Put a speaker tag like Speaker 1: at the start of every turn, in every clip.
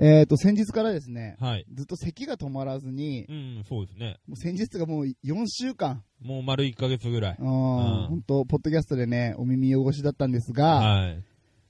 Speaker 1: えっ、と、先日からですね、
Speaker 2: はい。
Speaker 1: ずっと咳が止まらずに、
Speaker 2: うん、そうですね。
Speaker 1: もう先日がもう4週間、
Speaker 2: もう丸1ヶ月ぐらい。うん
Speaker 1: 本当ポッドキャストでね、お耳汚しだったんですが、
Speaker 2: はい。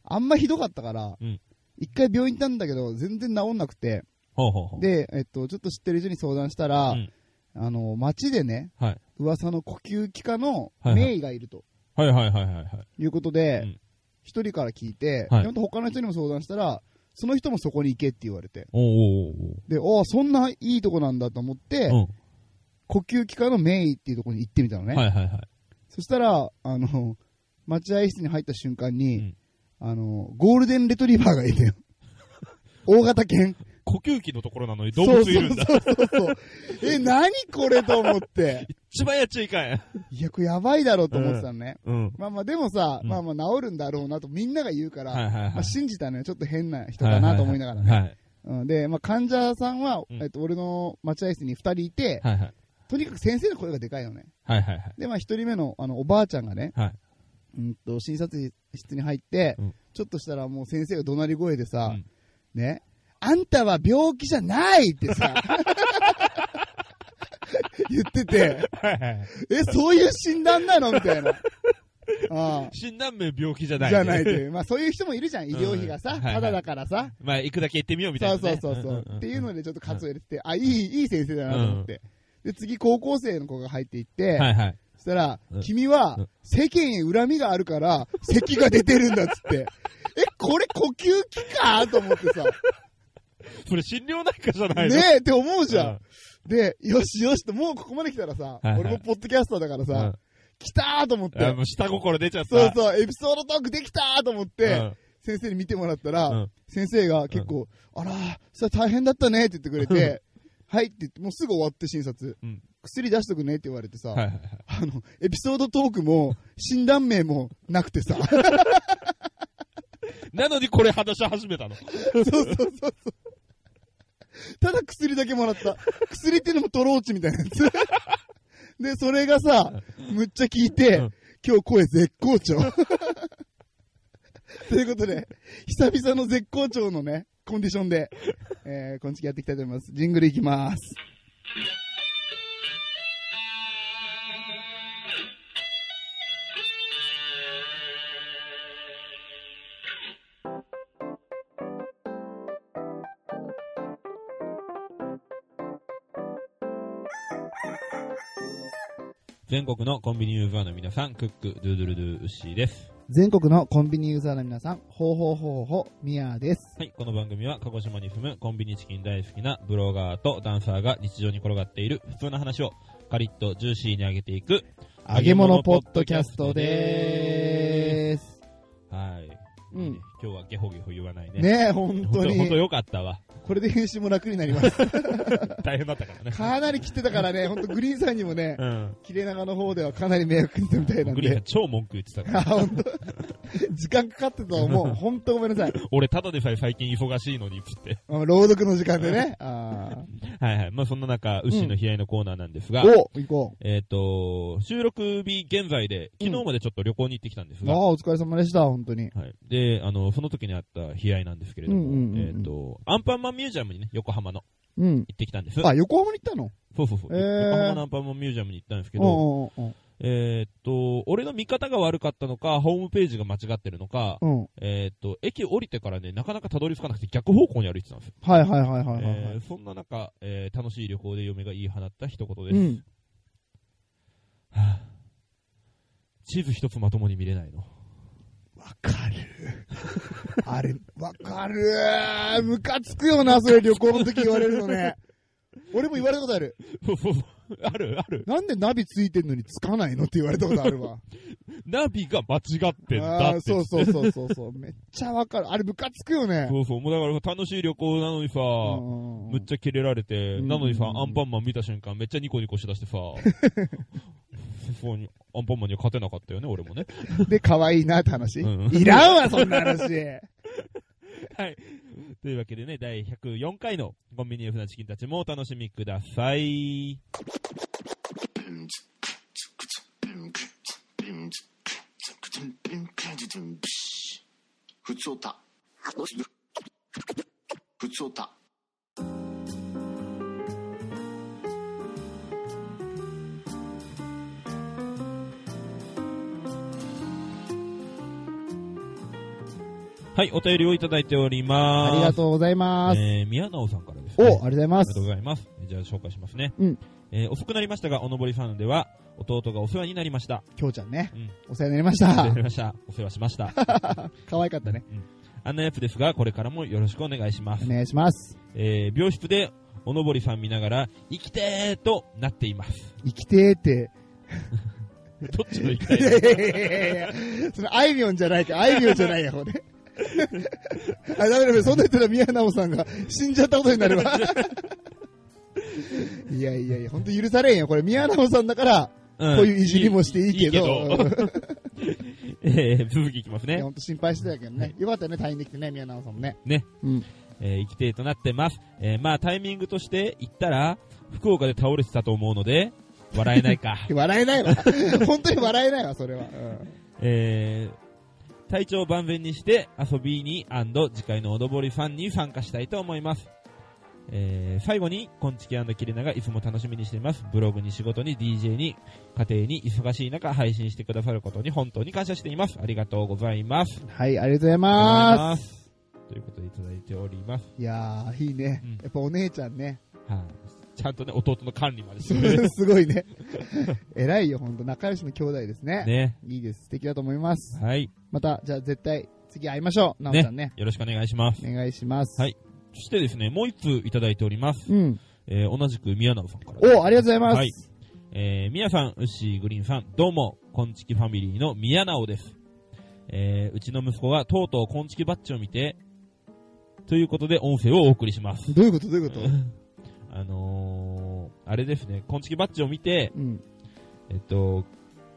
Speaker 1: あんまひどかったから
Speaker 2: うん、
Speaker 1: 一回病院行ったんだけど、全然治んなくて、
Speaker 2: ほうほうほう。
Speaker 1: で、えっと、ちょっと知ってる人に相談したら、
Speaker 2: うん
Speaker 1: あの、街でね、
Speaker 2: はい。
Speaker 1: 噂の呼吸器科の
Speaker 2: はいはい
Speaker 1: 名医がいると
Speaker 2: はいはいはいはいはい。
Speaker 1: いうこと
Speaker 2: う
Speaker 1: で
Speaker 2: ん、
Speaker 1: 一、人から聞いて、
Speaker 2: はい
Speaker 1: でまた他の人にも相談したら、その人もそこに行けって言われて、
Speaker 2: おうおう
Speaker 1: で、おーそんないいとこなんだと思って、
Speaker 2: おうおう。
Speaker 1: 呼吸器科の名医っていうところに行ってみたの
Speaker 2: う
Speaker 1: ね。
Speaker 2: ん。はいはいはい。
Speaker 1: そしたら、あの、待合室に入った瞬間に、
Speaker 2: うん
Speaker 1: あの、ゴールデンレトリバーがい たよ。大型犬。
Speaker 2: 呼吸器のところなのに動物いるんだ。
Speaker 1: そうそうそうそう。え、何これと思って。
Speaker 2: 一番やっちゃいかん。
Speaker 1: いや、これやばいだろうと思ってたのね。
Speaker 2: うん。
Speaker 1: まあまあ、でもさ、
Speaker 2: うん
Speaker 1: まあまあ治るんだろうなとみんなが言うから、
Speaker 2: はいはいはい
Speaker 1: まあ、信じたのよ。ちょっと変な人だなと思いながらね。
Speaker 2: はい。
Speaker 1: うんで、まあ患者さんは、
Speaker 2: うん
Speaker 1: えっと、俺の待合室に二人いて、
Speaker 2: はいはい。
Speaker 1: とにかく先生の声がでかいよね。
Speaker 2: はいはいはい。
Speaker 1: で、まあ一人目の、あの、おばあちゃんがね、
Speaker 2: はい
Speaker 1: うんと、診察室に入って、
Speaker 2: うん
Speaker 1: ちょっとしたらもう先生が怒鳴り声でさ、
Speaker 2: うん
Speaker 1: ね、あんたは病気じゃないって さ、言ってて、
Speaker 2: はいはい。
Speaker 1: え、そういう診断なのみたい な。あ
Speaker 2: 診断名病気じゃな
Speaker 1: あ
Speaker 2: い。
Speaker 1: じゃないという。まあそういう人もいるじゃん。医療費がさ、
Speaker 2: うんはいはい
Speaker 1: ただだからさ。
Speaker 2: まあ、行くだけ行ってみようみた
Speaker 1: そ
Speaker 2: いうな
Speaker 1: そう
Speaker 2: ね。
Speaker 1: そうそう。っていうの
Speaker 2: で。
Speaker 1: でちょっと活を入れてて、あ、いい、いい先生だなと思って。で、次高校生の子が入っていって、
Speaker 2: はいはい。
Speaker 1: そしたら、
Speaker 2: うん
Speaker 1: 君
Speaker 2: う
Speaker 1: は
Speaker 2: ん
Speaker 1: 世間へ恨みがあるから、咳が出てるんだっつって。 え、これ呼吸器かと思ってさ。
Speaker 2: それ診療内科じゃないの
Speaker 1: ねえって思うじ
Speaker 2: う
Speaker 1: ゃ
Speaker 2: ん
Speaker 1: ん。で、よしよしと、もうここまで来たらさ、
Speaker 2: いはい
Speaker 1: 俺もポッドキャスターだから
Speaker 2: うん
Speaker 1: さ、来たーと思っ
Speaker 2: あ
Speaker 1: て
Speaker 2: も。う下心出ちゃった。
Speaker 1: そうそう、エピソードトークできたーと思っ
Speaker 2: う
Speaker 1: て、
Speaker 2: ん
Speaker 1: 先生に見てもらったら、
Speaker 2: うん
Speaker 1: 先生が結構、あらー、それ大変だったねって言ってくれて、はいって言って、もうすぐ終わって診察。
Speaker 2: うん
Speaker 1: 薬出しとくねって言われてさ、
Speaker 2: はいはいはい。
Speaker 1: あの、エピソードトークも、診断名もなくて さ。
Speaker 2: なのにこれ話し始めたの。
Speaker 1: そうそうそうそう。ただ薬だけもらった。薬っていうのもトローチみたいなやつ。で、それがさ、むっちゃ聞いて
Speaker 2: うん、
Speaker 1: 今日声絶好調。ということで、久々の絶好調のね、コンディションで、えー、今月やっていきたいと思います。ジングルいきます。
Speaker 2: 全国のコンビニユーザーの皆さん、クック、ドゥードゥルドゥ、ウッシーです。
Speaker 1: 全国のコンビニユーザーの皆さん、ほうほうほうほう、ミヤです。
Speaker 2: はい、この番組は鹿児島に住むコンビニチキン大好きなブロガーとダンサーが日常に転がっている普通の話をカリッとジューシーに上げていく。
Speaker 1: 揚げ物ポッドキャストでーす。
Speaker 2: はい。
Speaker 1: うん
Speaker 2: いいね今日はゲホゲホ言わないね。
Speaker 1: ねえ、本当
Speaker 2: 本当
Speaker 1: に。
Speaker 2: よかったわ。
Speaker 1: これで編集も楽になります。
Speaker 2: 大変だったからね。
Speaker 1: かなり切ってたからね、本当グリーンさんにもね
Speaker 2: う、ん。
Speaker 1: 切れ長の方ではかなり迷惑かけたみたいなん
Speaker 2: グリーンさん
Speaker 1: で。
Speaker 2: 超文句言って たから。
Speaker 1: あ、本当。時間かかってたと思う。本当ごめんなさい。
Speaker 2: 俺ただでさえ最近忙しいのに、つって。
Speaker 1: あ朗読の時間でね。あ
Speaker 2: はいはい。まあそんな中、ウッシーの悲哀のコーナーなんで
Speaker 1: ー
Speaker 2: すが、
Speaker 1: お行こ
Speaker 2: えっ、と、収録日現在で、昨日までちょっと旅行に行ってきたんです
Speaker 1: う。あ
Speaker 2: が、
Speaker 1: あ、お疲れ様でした、本当に。
Speaker 2: はい。で、あの、その時にあった悲哀なんですけれども、
Speaker 1: うんうんうんうん
Speaker 2: えっ、と、アンパンマンミュージアムにね、横浜の
Speaker 1: うん。
Speaker 2: 行ってきたんです。
Speaker 1: あ、横浜に行ったの
Speaker 2: そうそうそう、
Speaker 1: えー
Speaker 2: 横浜のアンパンマンミュージアムに行ったんですけど、
Speaker 1: おうんうん
Speaker 2: えっ、と、俺の見方が悪かったのか、ホームページが間違ってるのか、
Speaker 1: うん。うん。
Speaker 2: えっ、と、駅降りてからね、なかなかたどり着かなくて逆方向に歩いてたんですよ。
Speaker 1: はいはいはいはいはいは
Speaker 2: え
Speaker 1: い。
Speaker 2: ーそんな中、えー楽しい旅行で嫁が言い放った一言です。
Speaker 1: うん。
Speaker 2: 地図一つまともに見れないの。
Speaker 1: わかる。あれ、わかるー。ムカつくよな、それ旅行の時言われるの ね。俺も言われたことある。
Speaker 2: あるある。
Speaker 1: なんでナビついてんのにつかないのって言われたことあるわ。
Speaker 2: ナビが間違ってんだ
Speaker 1: あー
Speaker 2: って。
Speaker 1: そうそうそうそうそう。めっちゃわかる。あれムカつくよね。
Speaker 2: そうそう。もうだから楽しい旅行なのにさ、
Speaker 1: うん
Speaker 2: むっちゃキレられて、
Speaker 1: うん
Speaker 2: なのにさ、アンパンマン見た瞬間めっちゃニコニコし だしてさ、そうに、アンパンマンには勝てなかったよね、俺もね。
Speaker 1: で、可愛いなって話。
Speaker 2: うん
Speaker 1: いらんわ、そん な話。
Speaker 2: はい。というわけでね、第104回のコンビニエフなチキンたちもお楽しみください。
Speaker 3: ふつおた。ふつ翔太
Speaker 2: はい、お便りをいただいております。
Speaker 1: ありがとうございます。
Speaker 2: えー、宮直さんからです、
Speaker 1: お、あ
Speaker 2: ね。
Speaker 1: りがとうござい
Speaker 2: あ
Speaker 1: ま
Speaker 2: りがとう
Speaker 1: す
Speaker 2: ご。ざいます。じゃあ紹介しますね。
Speaker 1: うん
Speaker 2: えー遅くなりましたが、おのぼりさんでは、弟がお世話になりました。
Speaker 1: きょうちゃんね、
Speaker 2: うん。
Speaker 1: お世話になりまし
Speaker 2: お世話に
Speaker 1: た
Speaker 2: な。りました。お世話しました。
Speaker 1: 可愛かったね。
Speaker 2: うん。あんなやつですが、これからもよろしくお願いします
Speaker 1: お。願いします。
Speaker 2: えー、病室で、おのぼりさん見ながら、生きてーとなってい ます。
Speaker 1: 生きてーって。
Speaker 2: どっちの生き
Speaker 1: い
Speaker 2: たい
Speaker 1: やいやいやいやそのあいみょんじゃないか、あいみょんじゃないや、ほね。あ、ダメダメ、そんな言ったら宮直さんが死んじゃったことになるわ。いやいやいや、ほんと許されんよ。これ宮直さんだから、
Speaker 2: うん
Speaker 1: こういういじりもしていいけど。
Speaker 2: いい けどえー、続きいきます
Speaker 1: いや、
Speaker 2: ね
Speaker 1: ほ。んと心配してたけどね。よかったね、退院できてね、宮直さんもね。
Speaker 2: ね。
Speaker 1: うん。
Speaker 2: えー生きてーとなってます。えー、まあタイミングとして言ったら、福岡で倒れてたと思うので、笑えないか。
Speaker 1: 笑えない わ。本当に笑えないわ、それは。うん
Speaker 2: えー、体調を万全にして遊びに次回のおどぼりさんに参加したいと思います。えー、最後に、こんちきキレナがいつも楽しみにしています。ブログに仕事に DJ に家庭に忙しい中配信してくださることに本当に感謝しています。ありがとうございます。
Speaker 1: はい、ありがとうございま。
Speaker 2: ありがとうございますす。ということでいただいております。
Speaker 1: いやー、いいね
Speaker 2: うん。
Speaker 1: やっぱお姉ちゃんね。
Speaker 2: はい、ちゃんとね、弟の管理までして くれる
Speaker 1: すごいね。偉いよ、ほんと。仲良しの兄弟ですね。
Speaker 2: ね。
Speaker 1: いいです。素敵だと思います。
Speaker 2: はい。
Speaker 1: また、じゃあ絶対、次会いましょう。なおちゃんね。
Speaker 2: よろしくお願いします。
Speaker 1: お願いします。
Speaker 2: はいそしてですね、もう一通いただいております。
Speaker 1: うん。
Speaker 2: えー、同じく宮直さんからです。
Speaker 1: お、ありがとうございま
Speaker 2: はい
Speaker 1: す。
Speaker 2: えー、みやさん、うっしー、グリーンさん、どうも、こんちきファミリーのみやなおです。えー、うちの息子がとうとうこんちきバッジを見て、ということで音声をお送りします。
Speaker 1: どういうことどういうこと
Speaker 2: あのー、あれですね、こんちきバッジを見て、
Speaker 1: うん。
Speaker 2: えっと、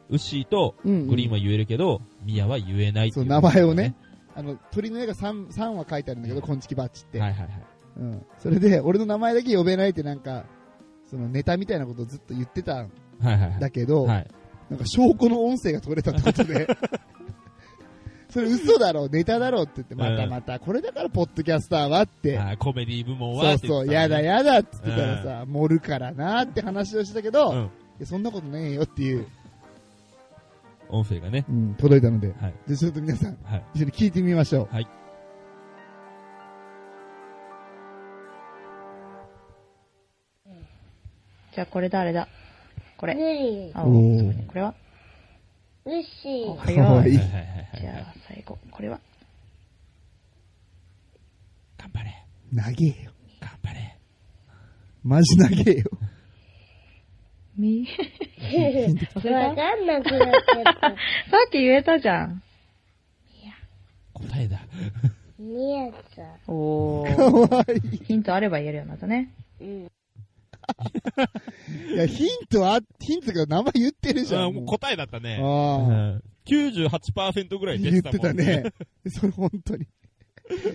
Speaker 2: うっしーと
Speaker 1: うんうん
Speaker 2: グリーンは言えるけど、みやは言えないってい
Speaker 1: そう、名前をね。。あの、鳥の絵が 3, 3話書いてあるんだけど、こんちきバッチって。
Speaker 2: はいはいはい。
Speaker 1: うん。それで、俺の名前だけ呼べないってなんか、そのネタみたいなことをずっと言ってたん
Speaker 2: はいはいはい。
Speaker 1: だけど、
Speaker 2: はい。
Speaker 1: なんか証拠の音声が取れたってこと で、それ嘘だろう、ネタだろうって言って、またまた、これだからポッドキャスターはって、
Speaker 2: はいコメディ部門
Speaker 1: そ
Speaker 2: は
Speaker 1: う
Speaker 2: って言
Speaker 1: そ
Speaker 2: っ
Speaker 1: う、
Speaker 2: てた
Speaker 1: や
Speaker 2: んで
Speaker 1: だ
Speaker 2: ね
Speaker 1: やだって言ってたらさ、盛るからなって話をしてたけど、
Speaker 2: う
Speaker 1: い
Speaker 2: ん。
Speaker 1: やそんなことねえよっていう、
Speaker 2: 音声がね。
Speaker 1: うん、届いたので、
Speaker 2: はい。
Speaker 1: でちょっと皆さん、
Speaker 2: はい。
Speaker 1: 一緒に聞いてみましょう。
Speaker 2: はい
Speaker 4: じゃあこれ誰だこれ。
Speaker 5: ルイ、
Speaker 4: 青
Speaker 1: おー
Speaker 4: これは
Speaker 5: ルッシ
Speaker 4: お
Speaker 5: ー、
Speaker 4: は
Speaker 1: か
Speaker 4: よ
Speaker 1: わい
Speaker 4: う。じ
Speaker 1: い
Speaker 2: はいはいはいはいは
Speaker 4: ゃ
Speaker 2: い。
Speaker 4: あ最後、これは
Speaker 2: 頑張れ。
Speaker 1: 長えよ。
Speaker 2: 頑張れ。
Speaker 1: マジ長えよ。
Speaker 4: み、忘れ
Speaker 5: わ
Speaker 4: た
Speaker 5: かんなくなっちゃ っ た。
Speaker 4: さっき言えたじゃん。
Speaker 2: 答えだ。
Speaker 5: みやさん。
Speaker 4: お
Speaker 1: か
Speaker 4: ー。
Speaker 1: わい
Speaker 4: ヒントあれば言えるようになったね。
Speaker 5: うん。
Speaker 1: い。いや、ヒントは、ヒントが名前言ってるじゃ
Speaker 2: あ
Speaker 1: ん。
Speaker 2: もう
Speaker 1: もう
Speaker 2: 答えだった
Speaker 1: あ
Speaker 2: ね。う
Speaker 1: ー
Speaker 2: ん98%ぐらい出
Speaker 1: 言
Speaker 2: て
Speaker 1: ったて
Speaker 2: も
Speaker 1: た
Speaker 2: ん
Speaker 1: ね。
Speaker 2: ね。
Speaker 1: それ本当に。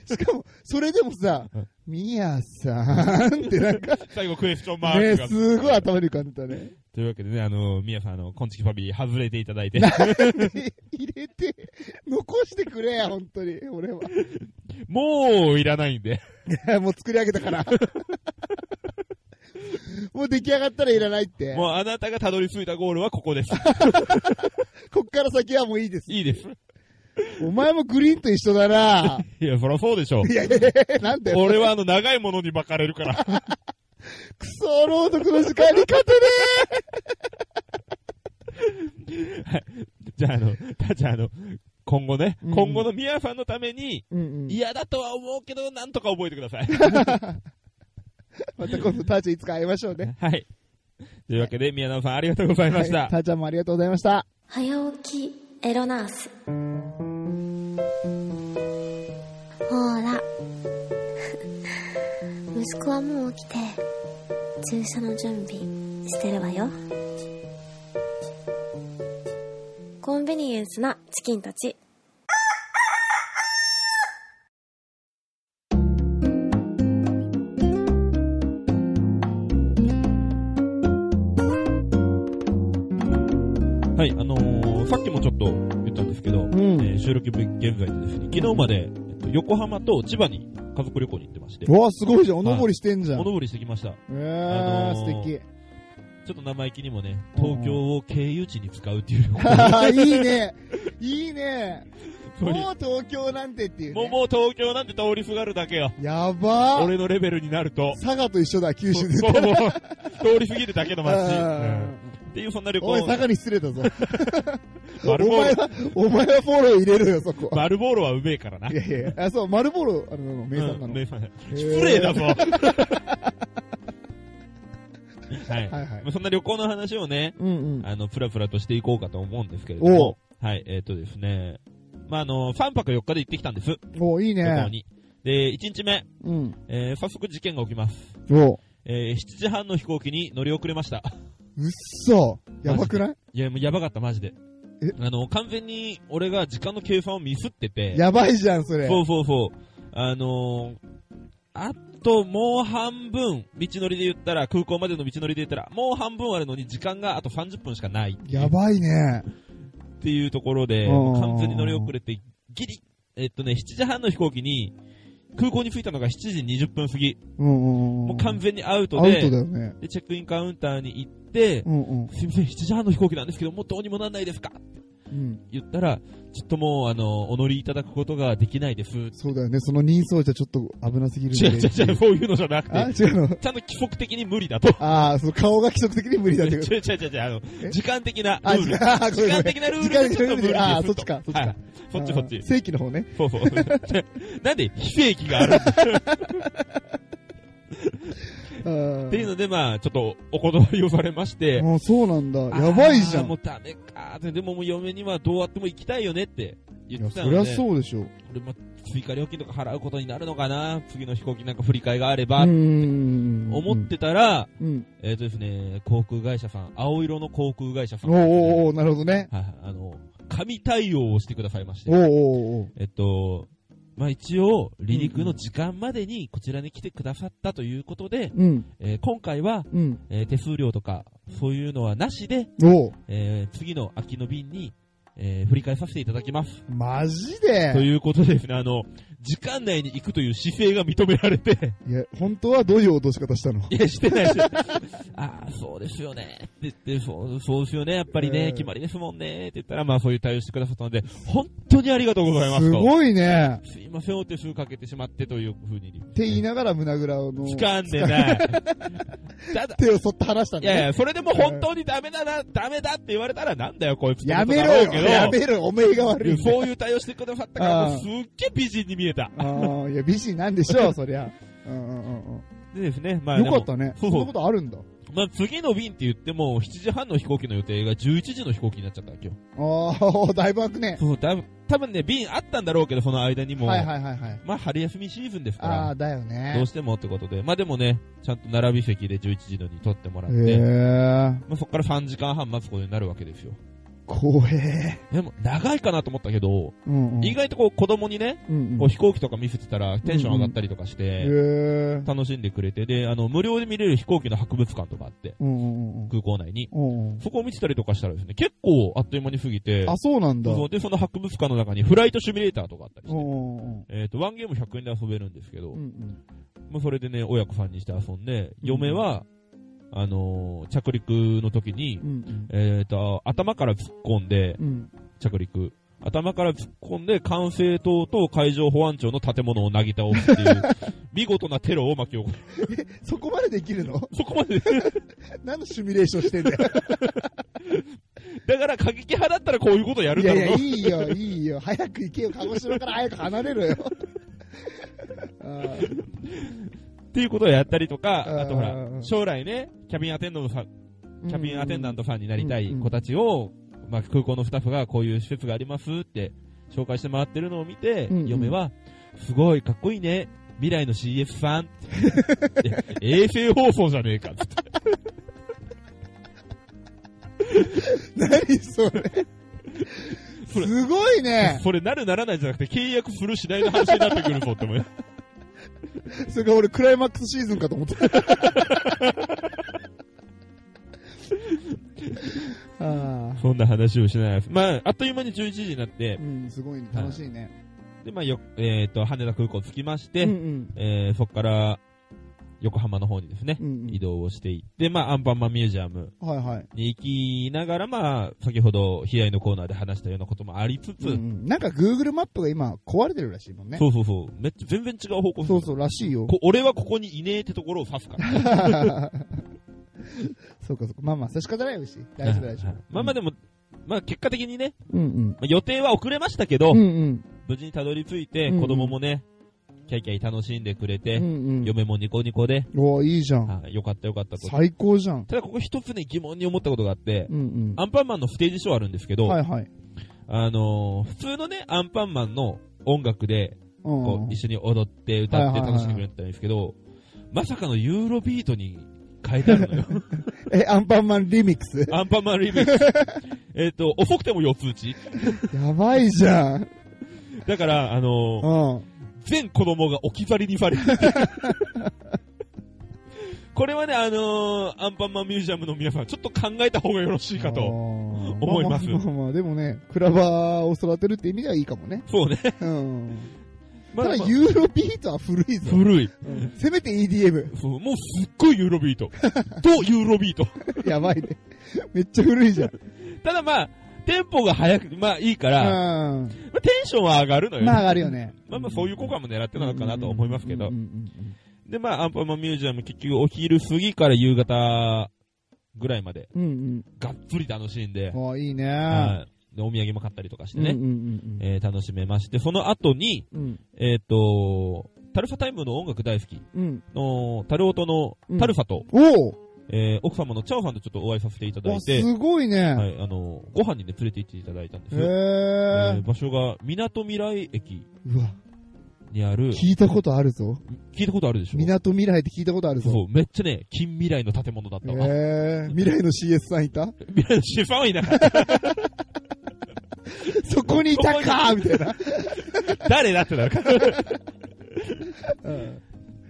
Speaker 1: しかも、それでもさ
Speaker 2: うん、
Speaker 1: みやさんってなんか、
Speaker 2: 最後クエスチ ョンマー
Speaker 1: ね、
Speaker 2: クが。
Speaker 1: すごい頭に浮かんでたね。
Speaker 2: というわけでね、あの、みやさん、あの、こんちきファミリー外れていた だいて、
Speaker 1: 入れて、残してくれや、本当に、俺は。い
Speaker 2: もういらないんで。
Speaker 1: や、 もう作り上げた から。もう出来上がったらいらないって。
Speaker 2: もうあなたがたどり着いたゴールはここです。
Speaker 1: こっから先はもういいです。
Speaker 2: いいです。
Speaker 1: お前もグリーンと一緒だな
Speaker 2: いや、そらそうでしょう。
Speaker 1: いやいやいや、なんだよ。
Speaker 2: 俺はあの、長いものに巻かれるから。
Speaker 1: クソ朗読の時間に勝てね
Speaker 2: じゃあ、あの、じゃあ、あの、今後ね、
Speaker 1: うん
Speaker 2: 今後のみやさんのために、
Speaker 1: えうんうん。
Speaker 2: 嫌だとは思うけど、なんとか覚えてください。
Speaker 1: また今度、ターちゃんいつか会いましょうね。
Speaker 2: はい。というわけで、宮野さんありがとうございました。
Speaker 1: はいターちゃんもありがとうございました。
Speaker 6: 早起きエロナースほーら息子はもう起きて注射の準備してるわよコンビニエンスなチキンたち
Speaker 2: はい、あのー、さっきもちょっと言ったんですけど、
Speaker 1: ん
Speaker 2: えー収録日現在でですね、昨日まで、えっと、横浜と千葉に家族旅行に行ってまして、
Speaker 1: うわ、すごいじゃん。おのぼりしてんじゃん。
Speaker 2: お登りしてきました。
Speaker 1: えー、
Speaker 2: あのー
Speaker 1: 素 敵。
Speaker 2: ちょっと生意気にもね、東京を経由地に使うっていう。
Speaker 1: いいね。いいね。
Speaker 2: 本当に
Speaker 1: もう東京なんてっていう、
Speaker 2: もう
Speaker 1: ね。
Speaker 2: もう東京なんて通りすがるだけよ。
Speaker 1: やばー。
Speaker 2: 俺のレベルにな ると。
Speaker 1: 佐賀と一緒だ、九州で。
Speaker 2: そうもう通り過ぎるだけの街。うん
Speaker 1: あ
Speaker 2: っていうそんな旅
Speaker 1: ーおい、
Speaker 2: 行。
Speaker 1: 佐賀に失礼だぞ。お
Speaker 2: 丸ボ
Speaker 1: 前
Speaker 2: ール、
Speaker 1: は、お前はフォロー入れるよ、そこは。
Speaker 2: 丸ボールはうめえからな。
Speaker 1: いやいやいや、あそう、丸ボール、あの、名産な
Speaker 2: うん
Speaker 1: の。
Speaker 2: 名産
Speaker 1: ー
Speaker 2: 失 礼だぞ。はい。
Speaker 1: はいはい
Speaker 2: まあそんな旅行の話をね、
Speaker 1: うんうん。
Speaker 2: あの、プラプラとしていこうかと思うんですけれども。はい、えっ、とですね。まあ、あの、3泊4日で行ってきたんです。
Speaker 1: おいい
Speaker 2: 旅行
Speaker 1: ね。
Speaker 2: に。で、1日目、
Speaker 1: うん。
Speaker 2: えー早速事件が起きます。
Speaker 1: お
Speaker 2: えー7時半の飛行機に乗り遅れました。
Speaker 1: うっそ。やばくない
Speaker 2: いや、もうやばかった、マジで。
Speaker 1: え
Speaker 2: あの、完全に俺が時間の計算をミスってて。
Speaker 1: やばいじゃん、それ。
Speaker 2: そうそうそう。あのー、あともう半分、道のりで言ったら、空港までの道のりで言ったら、もう半分あるのに時間があと30分しかないっていう
Speaker 1: やばいね。
Speaker 2: っていうところで、
Speaker 1: うん
Speaker 2: もう完全に乗り遅れて、ギリ、えっとね、7時半の飛行機に、空港に着いたのが7時20分過ぎ。
Speaker 1: うんうんうん。
Speaker 2: もう完全にアウト
Speaker 1: アウ
Speaker 2: で、
Speaker 1: トだよね。
Speaker 2: でチェックインカウンターに行って、
Speaker 1: うんうん。
Speaker 2: すいません、7時半の飛行機なんですけど、もうどうにもなんないですかって
Speaker 1: うん。
Speaker 2: 言ったら、ちょっともう、あの、お乗りいただくことができないです。
Speaker 1: そうだよね。その人相じゃちょっと危なすぎるん
Speaker 2: 違う
Speaker 1: で。
Speaker 2: 違う違う、そういうのじゃなくて
Speaker 1: あ、、違うの。
Speaker 2: ちゃんと規則的に無理 だと。
Speaker 1: ああ、その顔が規則的に無理
Speaker 2: 違
Speaker 1: だ
Speaker 2: う
Speaker 1: って
Speaker 2: 違う
Speaker 1: こと。
Speaker 2: 違う違う、あ
Speaker 1: え
Speaker 2: の、時間的なル
Speaker 1: あ、
Speaker 2: ー
Speaker 1: 違う
Speaker 2: ル。
Speaker 1: あー、ご
Speaker 2: 時
Speaker 1: めんごめ
Speaker 2: 間
Speaker 1: ん。
Speaker 2: 的なルール
Speaker 1: 時間
Speaker 2: が
Speaker 1: 的
Speaker 2: ちょ
Speaker 1: な
Speaker 2: っ
Speaker 1: ルー
Speaker 2: と無理で
Speaker 1: ル
Speaker 2: す
Speaker 1: ああ、そっ
Speaker 2: と
Speaker 1: ちか、そっち
Speaker 2: は
Speaker 1: か
Speaker 2: い。そっちそっ
Speaker 1: あー
Speaker 2: ち。
Speaker 1: 正規の方ね。
Speaker 2: そうそう。 なんで非正規があるんだ
Speaker 1: あー
Speaker 2: っていうので、まあ、ちょっとお断りをされまして。
Speaker 1: あーそうなんだ。 やばいじゃ
Speaker 2: あーも
Speaker 1: ん。
Speaker 2: うダメかーって。でももう嫁にはどうあっても行きたいよねって
Speaker 1: い
Speaker 2: 言
Speaker 1: や、
Speaker 2: ってた
Speaker 1: そ
Speaker 2: の
Speaker 1: り
Speaker 2: で。
Speaker 1: ゃそうでしょ。う
Speaker 2: これも追加料金とか払うことになるのかな次の飛行機なんか振り替えがあれ
Speaker 1: ー
Speaker 2: ば。
Speaker 1: ん。
Speaker 2: 思ってたら、
Speaker 1: うん。
Speaker 2: えっ、とですね、航空会社さん、青色の航空会社さ
Speaker 1: お
Speaker 2: ん。
Speaker 1: ーおーおーなるほどね。
Speaker 2: はいはい、あの、紙対応をしてくださいまし
Speaker 1: おーおー
Speaker 2: て。
Speaker 1: おー
Speaker 2: えっと、まあ、一応、離陸の時間までにこちらに来てくださったということで、
Speaker 1: うん。
Speaker 2: えー今回は、
Speaker 1: うん。
Speaker 2: えー手数料とか、そういうのはなしで、
Speaker 1: おー
Speaker 2: えー次の秋の便に、えー振り替えさせていただきます。
Speaker 1: マジ
Speaker 2: と
Speaker 1: で
Speaker 2: いうことでですね、あの、時間内に行くという姿勢が認められ て、
Speaker 1: いや、本当はどういう脅し方したの
Speaker 2: いや、してないし。 ああ、そうですよね。って言って、そう、そうですよね。やっぱり
Speaker 1: え
Speaker 2: ね、
Speaker 1: え
Speaker 2: 決まりですもんね。って言ったら、まあそういう対応してくださったので、本当にありがとうございますすと。
Speaker 1: ごいね。
Speaker 2: すいません、お手数かけてしまってというふうに。
Speaker 1: って言いながら胸ぐらをの
Speaker 2: 掴んで ない。ただ、
Speaker 1: 手をそっと離したん
Speaker 2: い
Speaker 1: だ
Speaker 2: やい
Speaker 1: ね。
Speaker 2: や、それでも本当にダメだな、ダメだって言われたらなんだよ、こいつって
Speaker 1: や
Speaker 2: こと
Speaker 1: め
Speaker 2: だ
Speaker 1: ろ
Speaker 2: ろう
Speaker 1: よ
Speaker 2: けど。
Speaker 1: やめろよおめえが悪いんだよ。
Speaker 2: そういう対応してくださったから、もうすっげえ美人に見えた。
Speaker 1: ああ、いや、美人なんでしょう、そりゃ。うんうんうん
Speaker 2: でですね、ま
Speaker 1: う
Speaker 2: あ
Speaker 1: ん。
Speaker 2: で
Speaker 1: よ
Speaker 2: も、
Speaker 1: かったね。そ
Speaker 2: そうん
Speaker 1: なことあるんだ。
Speaker 2: まあ次の便って言っても、7時半の飛行機の予定が11時の飛行機になっちゃったわけよ。
Speaker 1: ああ、 だいぶ開くね。
Speaker 2: そう、多分多分ね、便あったんだろうけど、その間にも。
Speaker 1: はいはいはいはい。
Speaker 2: まあ、春休みシーズンです
Speaker 1: あ
Speaker 2: か
Speaker 1: あ、だよ
Speaker 2: ら、ど
Speaker 1: ね
Speaker 2: う。してもってことで。まあでもね、ちゃんと並び席で11時のに取ってもら
Speaker 1: へ
Speaker 2: って、
Speaker 1: え、
Speaker 2: まあそこから3時間半待つことになるわけですよ。
Speaker 1: 怖え。
Speaker 2: でも、長いかなと思ったけど、
Speaker 1: うんうん。
Speaker 2: 意外とこう子供にね、
Speaker 1: うんう
Speaker 2: こ
Speaker 1: ん
Speaker 2: う飛行機とか見せてたらテンション上がったりとかし
Speaker 1: へ
Speaker 2: て、
Speaker 1: え。
Speaker 2: 楽しんでくれて、で、あの、無料で見れる飛行機の博物館とかあって、
Speaker 1: うんうんうん
Speaker 2: 空港内に。
Speaker 1: うんうん。
Speaker 2: そこを見てたりとかしたらですね、結構あっという間に過ぎて、
Speaker 1: あ、そうなんだ。
Speaker 2: そうで、その博物館の中にフライトシミュレーターとかあったり
Speaker 1: う
Speaker 2: して、
Speaker 1: んうん
Speaker 2: えっ、と、ワンゲーム100円で遊べるんですけ
Speaker 1: う
Speaker 2: ど、
Speaker 1: ん。うんうん
Speaker 2: まあ、それでね、親子さんにして遊んで、
Speaker 1: うん
Speaker 2: 嫁は、あのー着陸の時に、
Speaker 1: うん
Speaker 2: えっ、と、頭から突っ込んで
Speaker 1: う、ん。
Speaker 2: 着陸。頭から突っ込んで、管制塔と海上保安庁の建物をなぎ倒すっていう、見事なテロを巻き起こる。
Speaker 1: そこまでできるの
Speaker 2: そこまで。
Speaker 1: 何のシミュレーションしてんだよ。
Speaker 2: だから過激派だったらこういうことやる
Speaker 1: い
Speaker 2: んだ
Speaker 1: やい
Speaker 2: ろ
Speaker 1: や、。
Speaker 2: うない
Speaker 1: いよ、いいよ。早く行けよ。鹿児島から早く離れろ よ。あー
Speaker 2: っていうことをやったりと
Speaker 1: うん
Speaker 2: か、あとほ
Speaker 1: うんう
Speaker 2: ら、
Speaker 1: ん
Speaker 2: 将来ね、キャビンアテンダントさん、キャビンアテンダントさんになりたい子たちを、まあ、空港のスタッフがこういう施設がありますって紹介して回ってるのを見て、
Speaker 1: うんうん
Speaker 2: 嫁は、すごいかっこいいね。未来の CF さん って。衛星放送じゃねえかって。
Speaker 1: 何それ。
Speaker 2: それ
Speaker 1: すごいね。
Speaker 2: それなるならないじゃなくて契約するしないの話になってくるぞって 思う。
Speaker 1: それから俺クライマックスシーズンかと思 った。ああ。
Speaker 2: そんな話をしないです。まあ、あっという間に11時になって
Speaker 1: う、ん、すごいね。楽しいね。
Speaker 2: で、まあ、よ、えっ、と、羽田空港着きまして、
Speaker 1: うんうん。
Speaker 2: えーそこから、横浜の方にですね、
Speaker 1: うんうん
Speaker 2: 移動をしていって、まあ、アンパンマンミュージアム
Speaker 1: はいはい。
Speaker 2: に行きながら、まあ、先ほど、悲哀のコーナーで話したようなこともありつつ、
Speaker 1: うんうんなんか Google マップが今壊れてるらしいもんね。
Speaker 2: そうそうそう、めっちゃ全然違う方向
Speaker 1: そう
Speaker 2: う
Speaker 1: そう、らしいよ。
Speaker 2: こ俺はここにいねえってところを指 すから。
Speaker 1: そうかそうか。まあまあ、それ仕方ないし。大丈夫大丈夫。
Speaker 2: まあまあでも、まあ結果的にね、
Speaker 1: うんうん。
Speaker 2: まあ予定は遅れましたけど、
Speaker 1: うんうん。
Speaker 2: 無事にたどり着いて、
Speaker 1: うんうん
Speaker 2: 子供もね、キャイキャイ楽しんでくれて、
Speaker 1: うんうん。
Speaker 2: 嫁もニコニコで、
Speaker 1: おーいいじゃん。
Speaker 2: あよかったよかったと。
Speaker 1: 最高じゃん。
Speaker 2: ただここ一つね疑問に思ったことがあって、
Speaker 1: うん
Speaker 2: アンパンマンのステージショーあるんですけ
Speaker 1: う
Speaker 2: ど、
Speaker 1: ん。はいはい。
Speaker 2: あのー普通のね、アンパンマンの音楽で、
Speaker 1: うん
Speaker 2: こう、一緒に踊って、歌って
Speaker 1: はいはいはい
Speaker 2: 楽しんでくれたんですけど、まさかのユーロビートに変えてあるの よ。
Speaker 1: え、アンパンマンリミック ス。
Speaker 2: アンパンマンリミックス。えっと、遅くても4つ打ち。
Speaker 1: やばいじゃん。
Speaker 2: だから、あのー
Speaker 1: うん。
Speaker 2: 全子供が置き去りにされてる。 これはね、あのーアンパンマンミュージアムの皆さん、ちょっと考えた方がよろしいか
Speaker 1: あー
Speaker 2: と。思います
Speaker 1: ああああでもね、クラバーを育てるって意味ではいいかもね。
Speaker 2: そうね。
Speaker 1: うん。
Speaker 2: ま
Speaker 1: た
Speaker 2: あ
Speaker 1: だ
Speaker 2: まあ
Speaker 1: ユーロビートは古いぞ。
Speaker 2: 古い。
Speaker 1: うんせめて EDM。
Speaker 2: そうもうすっごいユーロ ビート。とユーロビート。
Speaker 1: やばいね。めっちゃ古いじゃん。
Speaker 2: ただまあ、テンポが速く、まあいいから、
Speaker 1: うん。
Speaker 2: まあテンションは上がるのよ。
Speaker 1: まあ
Speaker 2: ま
Speaker 1: 上がるよね。
Speaker 2: あまあそういう効果も狙ってなのかなと思いますけど
Speaker 1: うんう。ん
Speaker 2: でまあ、アンパンマンミュージアム結局お昼過ぎから夕方ぐらいまで、
Speaker 1: うんうん。うん
Speaker 2: がっつり楽しんで
Speaker 1: うん。、あいいね。
Speaker 2: はいでお土産も買ったりとかして
Speaker 1: うん
Speaker 2: ね、
Speaker 1: うん
Speaker 2: えー楽しめまして、その後に、
Speaker 1: うんうん。
Speaker 2: えっ、と、タルファタイムの音楽大好き
Speaker 1: うん。
Speaker 2: の、タルオトの
Speaker 1: うん
Speaker 2: タルファと、
Speaker 1: おお
Speaker 2: えー奥様のチャオさんとちょっとお会いさせていただいて
Speaker 1: す、ごい
Speaker 2: は
Speaker 1: ね。
Speaker 2: い、あの、ご飯にね、連れて行っていただいたんです
Speaker 1: へ
Speaker 2: よ。え
Speaker 1: え
Speaker 2: ー。場所が、港未来駅
Speaker 1: うわ、
Speaker 2: にある、
Speaker 1: 聞いたことあるぞ。
Speaker 2: 聞いたことあるでしょ
Speaker 1: 港未来って聞いたことある
Speaker 2: そう
Speaker 1: ぞ。
Speaker 2: めっちゃね、近未来の建物だったわ。
Speaker 1: へえ。未来の CS さんい た
Speaker 2: 未来のシファンいなかっ
Speaker 1: そこにいたかみたいな。
Speaker 2: た。誰だってなるから。
Speaker 1: うん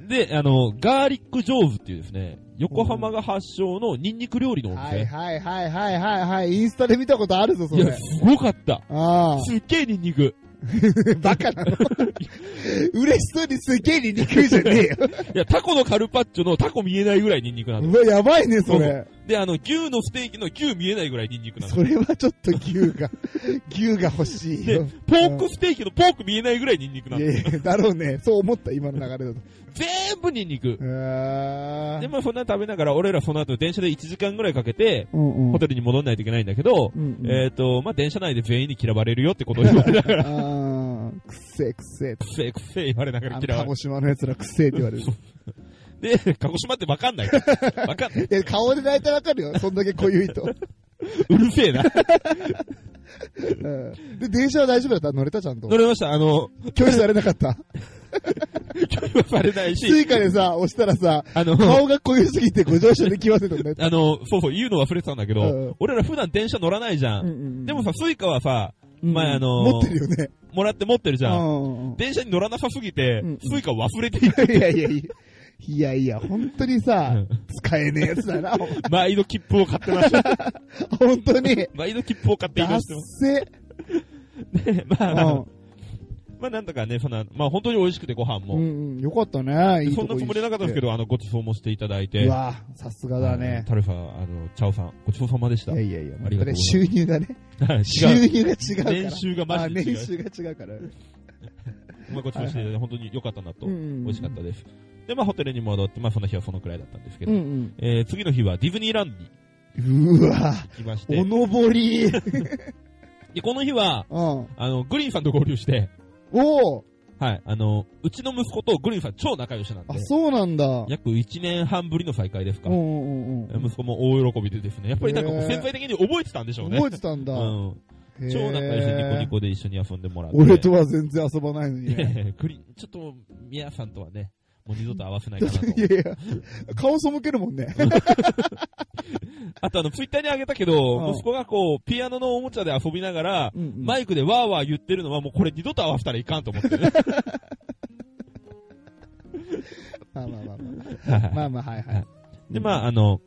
Speaker 2: で、あの、ガーリックジョーズっていうですね、横浜が発祥のニンニク料理のお
Speaker 1: は
Speaker 2: 店。
Speaker 1: いはいはいはいはいはい。インスタで見たことあるぞ、そ
Speaker 2: いや、
Speaker 1: れ
Speaker 2: す。ごかった。
Speaker 1: ああ。
Speaker 2: すっげえニンニク。
Speaker 1: バカなの。嬉しそうにすげえに憎いじゃねえよ。
Speaker 2: いや、タコのカルパッチョのタコ見えないぐらいニンニクなの。
Speaker 1: うわ、やばいね、それ。
Speaker 2: で、あの、牛のステーキの牛見えないぐらいニンニクなの。
Speaker 1: それはちょっと牛 が、牛が欲しい
Speaker 2: で
Speaker 1: よ。、
Speaker 2: ポークステーキのポーク見えないぐらいニンニクないの。
Speaker 1: やいや、だろうね。そう思った、今の流れだと。
Speaker 2: 全部ニンニク。
Speaker 1: へ
Speaker 2: で、
Speaker 1: ー
Speaker 2: まあそんなの食べながら、俺らその後電車で1時間ぐらいかけて、
Speaker 1: うんうん
Speaker 2: ホテルに戻んないといけないんだけど、
Speaker 1: うんうん
Speaker 2: えっ、と、まあ電車内で全員に嫌われるよってことを言わ れながら、
Speaker 1: あーくせえくせえ。
Speaker 2: くせえくせえ言われながら
Speaker 1: あの
Speaker 2: 嫌わ
Speaker 1: 鹿
Speaker 2: れる
Speaker 1: 児。島の奴らくせえって言われる。
Speaker 2: で、鹿児島ってわかんないから。わかんない。
Speaker 1: いや、顔で大体わかるよ。そんだけ濃ゆい と。
Speaker 2: うるせえな。
Speaker 1: うんで、電車は大丈夫だった乗れたちゃんと
Speaker 2: 乗。れました。あの、
Speaker 1: 拒否されなかった。
Speaker 2: 拒否はされない
Speaker 1: ス
Speaker 2: し、
Speaker 1: イカでさ、押したらさ、
Speaker 2: あの、
Speaker 1: 顔が濃ゆすぎてご乗車できませんとかね。
Speaker 2: あの、そうそう、言うの忘れてたんだけど、
Speaker 1: うん
Speaker 2: 俺ら普段電車乗らないじゃん。でもさ、スイカはさ、
Speaker 1: うん
Speaker 2: 前あの
Speaker 1: 持ってるよね。
Speaker 2: もらって持ってるじゃん。
Speaker 1: うん
Speaker 2: 電車に乗らなさすぎて
Speaker 1: うん、
Speaker 2: スイカ忘れている。
Speaker 1: いやいやいや。いやいや、本当にさ
Speaker 2: うん、
Speaker 1: 使えねえやつだな。お前
Speaker 2: 毎度切符を買ってました。
Speaker 1: 本当に。
Speaker 2: 毎度切符を買ってい
Speaker 1: ダ
Speaker 2: ま
Speaker 1: ッ
Speaker 2: したよ。
Speaker 1: セ。
Speaker 2: でま
Speaker 1: う
Speaker 2: あ、
Speaker 1: ん
Speaker 2: まあなんとかね、そんな、まあ本当に美味しくてご飯
Speaker 1: う
Speaker 2: も。
Speaker 1: んうん。よかったね。いいと
Speaker 2: そん
Speaker 1: こ
Speaker 2: なつもりなかったんですけど、あの、ごちそうもしていただいて。
Speaker 1: うわさすがだね
Speaker 2: あの。タルファ、あの、チャオさん、ごちそうさまでし
Speaker 1: い
Speaker 2: た。
Speaker 1: やいやいや、
Speaker 2: ありがとうございます
Speaker 1: 収入がね。
Speaker 2: はい
Speaker 1: 収
Speaker 2: 違う。
Speaker 1: 入が違うから。
Speaker 2: 年収がマ
Speaker 1: あ
Speaker 2: ジで違
Speaker 1: 年
Speaker 2: う。
Speaker 1: 収が違うから。
Speaker 2: まあ、ごちそうしていただいて、本当に良かったなと。
Speaker 1: うん
Speaker 2: 美
Speaker 1: うんうん
Speaker 2: 味しかったです。で、まあ、ホテルに戻って、まあ、その日はそのくらいだったんですけど、
Speaker 1: ん
Speaker 2: えー、次の日はディズニーランドに
Speaker 1: うん。うわ
Speaker 2: 行きまして
Speaker 1: お、のぼ り。うん。
Speaker 2: で、この日は、
Speaker 1: お
Speaker 2: あの、グリーンさんと合流して、
Speaker 1: お
Speaker 2: はい、あの、うちの息子とグリーンさん超仲良しなんで
Speaker 1: あ、、そうなんだ。
Speaker 2: 約1年半ぶりの再会ですか
Speaker 1: うん。うんうんうん。
Speaker 2: 息子も大喜びでですね、やっぱりなんかこう
Speaker 1: へー
Speaker 2: 潜在的に覚えてたんでしょうね。
Speaker 1: 覚えてたんだ。
Speaker 2: うん。
Speaker 1: へー
Speaker 2: 超仲良しでニコニコで一緒に遊んでもらって。
Speaker 1: 俺とは全然遊ばないのに
Speaker 2: いや
Speaker 1: ね。
Speaker 2: いやグリーンちょっと、宮さんとはね、もう二度と会わせないかなと。
Speaker 1: いやいや、顔背けるもんね。
Speaker 2: あとあの、ツイッターにあげたけ
Speaker 1: う
Speaker 2: ど、
Speaker 1: ん
Speaker 2: 息子がこう、ピアノのおもちゃで遊びながら、
Speaker 1: うんうん
Speaker 2: マイクでわーわー言ってるのはもうこれ二度と会わせたらいかんと思ってね。
Speaker 1: まあまあまあまあ。まあまあ、はいはい。
Speaker 2: で、まああの、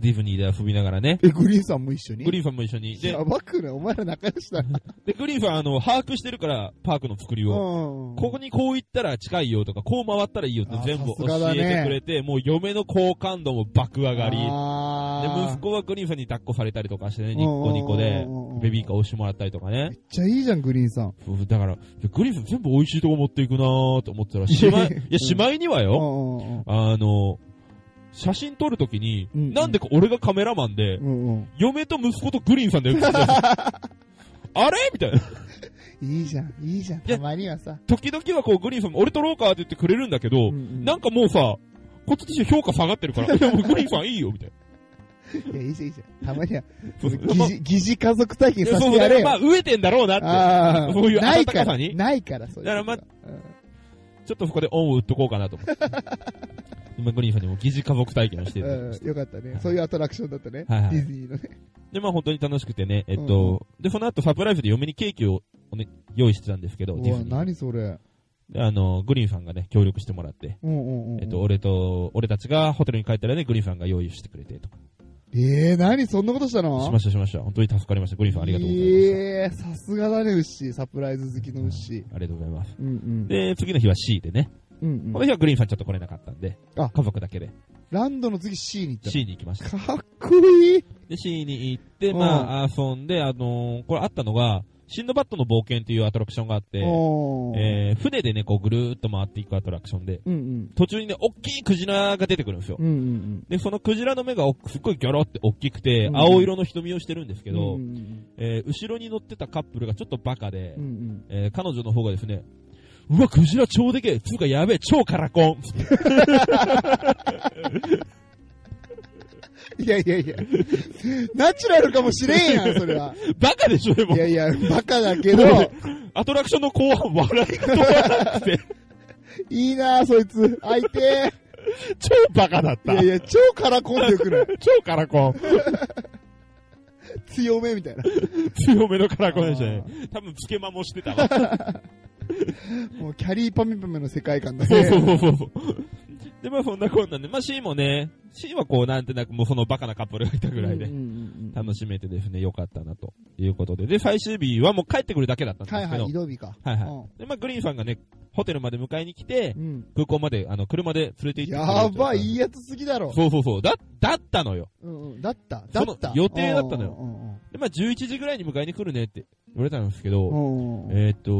Speaker 2: ディズニーで遊びながらね。
Speaker 1: え、グリーンさんも一緒に
Speaker 2: グリーンさんも一緒に。で
Speaker 1: や、ばくないお前ら仲良しだな。
Speaker 2: でグリーンさん、あの、把握してるから、パークの作り
Speaker 1: う
Speaker 2: を。
Speaker 1: ん
Speaker 2: ここにこう行ったら近いよとか、こう回ったらいいよって
Speaker 1: あ
Speaker 2: 全部
Speaker 1: さす
Speaker 2: 教
Speaker 1: がだ
Speaker 2: え
Speaker 1: ね
Speaker 2: てくれて、もう嫁の好感度も爆上がり。で、
Speaker 1: あー
Speaker 2: 息子はグリーンさんに抱っこされたりとかしてね、ニッコニコで
Speaker 1: うんうんうんうん、
Speaker 2: ベビーカー押してもらったりとかね
Speaker 1: め。っちゃいいじゃん、グリーンさん。
Speaker 2: そうだから、グリーンさん全部美味しいとこ持っていくなーと思ってたら、しまい、いや、しまいには
Speaker 1: う
Speaker 2: よ、
Speaker 1: んうんうん
Speaker 2: あの、写真撮るときに、
Speaker 1: うんうん
Speaker 2: なんでか俺がカメラマンで、
Speaker 1: うんうん。
Speaker 2: 嫁と息子とグリーンさんで写ってた あれみたいな。
Speaker 1: いいじゃん、いいじゃん。
Speaker 2: いや
Speaker 1: たまにはさ。
Speaker 2: 時々はこうグリーンさんも俺撮ろうかって言ってくれるんだけど、
Speaker 1: うんうん
Speaker 2: なんかもうさ、こっちとして評価下がってるから、いやもうグリーンさんいいよ、みたいな。
Speaker 1: いや、いいじゃん、いいじゃん。たまには、
Speaker 2: そう
Speaker 1: 疑似、疑似家族体験
Speaker 2: そう
Speaker 1: させ
Speaker 2: そう
Speaker 1: て
Speaker 2: だ
Speaker 1: や
Speaker 2: か
Speaker 1: れ
Speaker 2: らま
Speaker 1: よ。
Speaker 2: あ、飢えてんだろうなっ
Speaker 1: あ
Speaker 2: て。
Speaker 1: あ、
Speaker 2: そういう
Speaker 1: な
Speaker 2: 温
Speaker 1: いか
Speaker 2: かさ
Speaker 1: ら、
Speaker 2: に、
Speaker 1: ないから、そういう
Speaker 2: だからま
Speaker 1: ことはうん
Speaker 2: ちょっとここで恩を売っとこうかな と思って。今、グリーンさんにも疑似家族体験をしていただきまし
Speaker 1: うん、よかった
Speaker 2: は
Speaker 1: ね
Speaker 2: い。
Speaker 1: そういうアトラクションだったね。デ
Speaker 2: はいはい
Speaker 1: ィズニーのね。
Speaker 2: た。で、まあ本当に楽しくてね、えっと、で、その後サプライズで嫁にケーキを、ね、用意してたんですけど、ディ
Speaker 1: う
Speaker 2: ズ
Speaker 1: わ、
Speaker 2: ニーの
Speaker 1: 何それ。
Speaker 2: であの、グリーンさんがね、協力してもらって、
Speaker 1: うんうんうん。
Speaker 2: えっと、、俺と、俺たちがホテルに帰ったらね、グリーンさんが用意してくれてとか。
Speaker 1: ええ、何そんなことしたの
Speaker 2: しましたしました。本当に助かりました。グリーンさんありがとうございます。
Speaker 1: ええ、さすがだね、ウッシー。サプライズ好きのウッシー。
Speaker 2: ありがとうございます。
Speaker 1: うんうん。
Speaker 2: で、次の日は C でね。
Speaker 1: うん
Speaker 2: こ
Speaker 1: う
Speaker 2: の
Speaker 1: ん。
Speaker 2: 日はグリーンさんちょっと来れなかったんで、
Speaker 1: あ
Speaker 2: 家族だけで
Speaker 1: ランドの次 C に行っ
Speaker 2: C に行きました
Speaker 1: た。。かっこいい
Speaker 2: で、C に行って、まあ、遊んで、あのーこれあったのが、シンドバッドの冒険っていうアトラクションがあって、
Speaker 1: おー
Speaker 2: えー船でね、こうぐるーっと回っていくアトラクションで、
Speaker 1: うんうん。
Speaker 2: 途中にね、大きいクジラが出てくるんですよ
Speaker 1: う。んうん
Speaker 2: で、そのクジラの目がおすっごいギョロって大きくて、
Speaker 1: うん
Speaker 2: 青色の瞳をしてるんですけ
Speaker 1: うん。
Speaker 2: ど、
Speaker 1: うんうん
Speaker 2: えー後ろに乗ってたカップルがちょっとバカで、
Speaker 1: うんうん。
Speaker 2: えー彼女の方がですね、うわ、クジラ超でけえつうかやべえ、超カラコン
Speaker 1: いやいやいや。ナチュラルかもしれんやん、 それは。
Speaker 2: バカでしょ、でも
Speaker 1: い。やいや、バカだけど、
Speaker 2: アトラクションの後半、笑いが止まらな くて、
Speaker 1: いいなぁ、そいつ。相手。い
Speaker 2: 超バカだった。
Speaker 1: やいや、超からこんでよくない。
Speaker 2: 超カラコン。
Speaker 1: 強めみたいな。
Speaker 2: 強めのカラコンでしたね。多分、つけまもしてたわ。
Speaker 1: もうキャリーパミュパミュの世界観だ
Speaker 2: そうそ
Speaker 1: ね。
Speaker 2: うそうそう。で、まあそんなこんなんで、まあ C もね、C はこうなんてなくもうそのバカなカップルがいたぐらいで
Speaker 1: うんう、んうん
Speaker 2: 楽しめてですね、良かったなということで。で、最終日はもう帰ってくるだけだったんで
Speaker 1: はい
Speaker 2: すけ
Speaker 1: は
Speaker 2: ど
Speaker 1: い、移、動日か。
Speaker 2: はいはい。で、まあグリーンさんがね、ホテルまで迎えに来て
Speaker 1: う、ん。
Speaker 2: 空港まで、あの、車で連れて行ってくれる
Speaker 1: やばい、いい
Speaker 2: と
Speaker 1: やつすぎだろ。
Speaker 2: そうそうそう。だ、だったのよ。
Speaker 1: うんうんだった、だった
Speaker 2: その。予定だったのよ
Speaker 1: うんうん
Speaker 2: で、まあ11時ぐらいに迎えに来るねって言われたんですけど、
Speaker 1: うん。うんうん
Speaker 2: えーっ、と、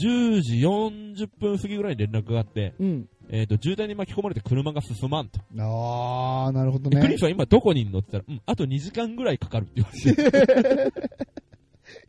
Speaker 2: 10時40分過ぎぐらいに連絡があって、
Speaker 1: うん。
Speaker 2: えーっ、と、渋滞に巻き込まれて車が進まんと。
Speaker 1: あー、なるほど
Speaker 2: で、クリ
Speaker 1: ね
Speaker 2: フ。は今どこに乗ってたら、うん、あと2時間ぐらいかかるって言われて、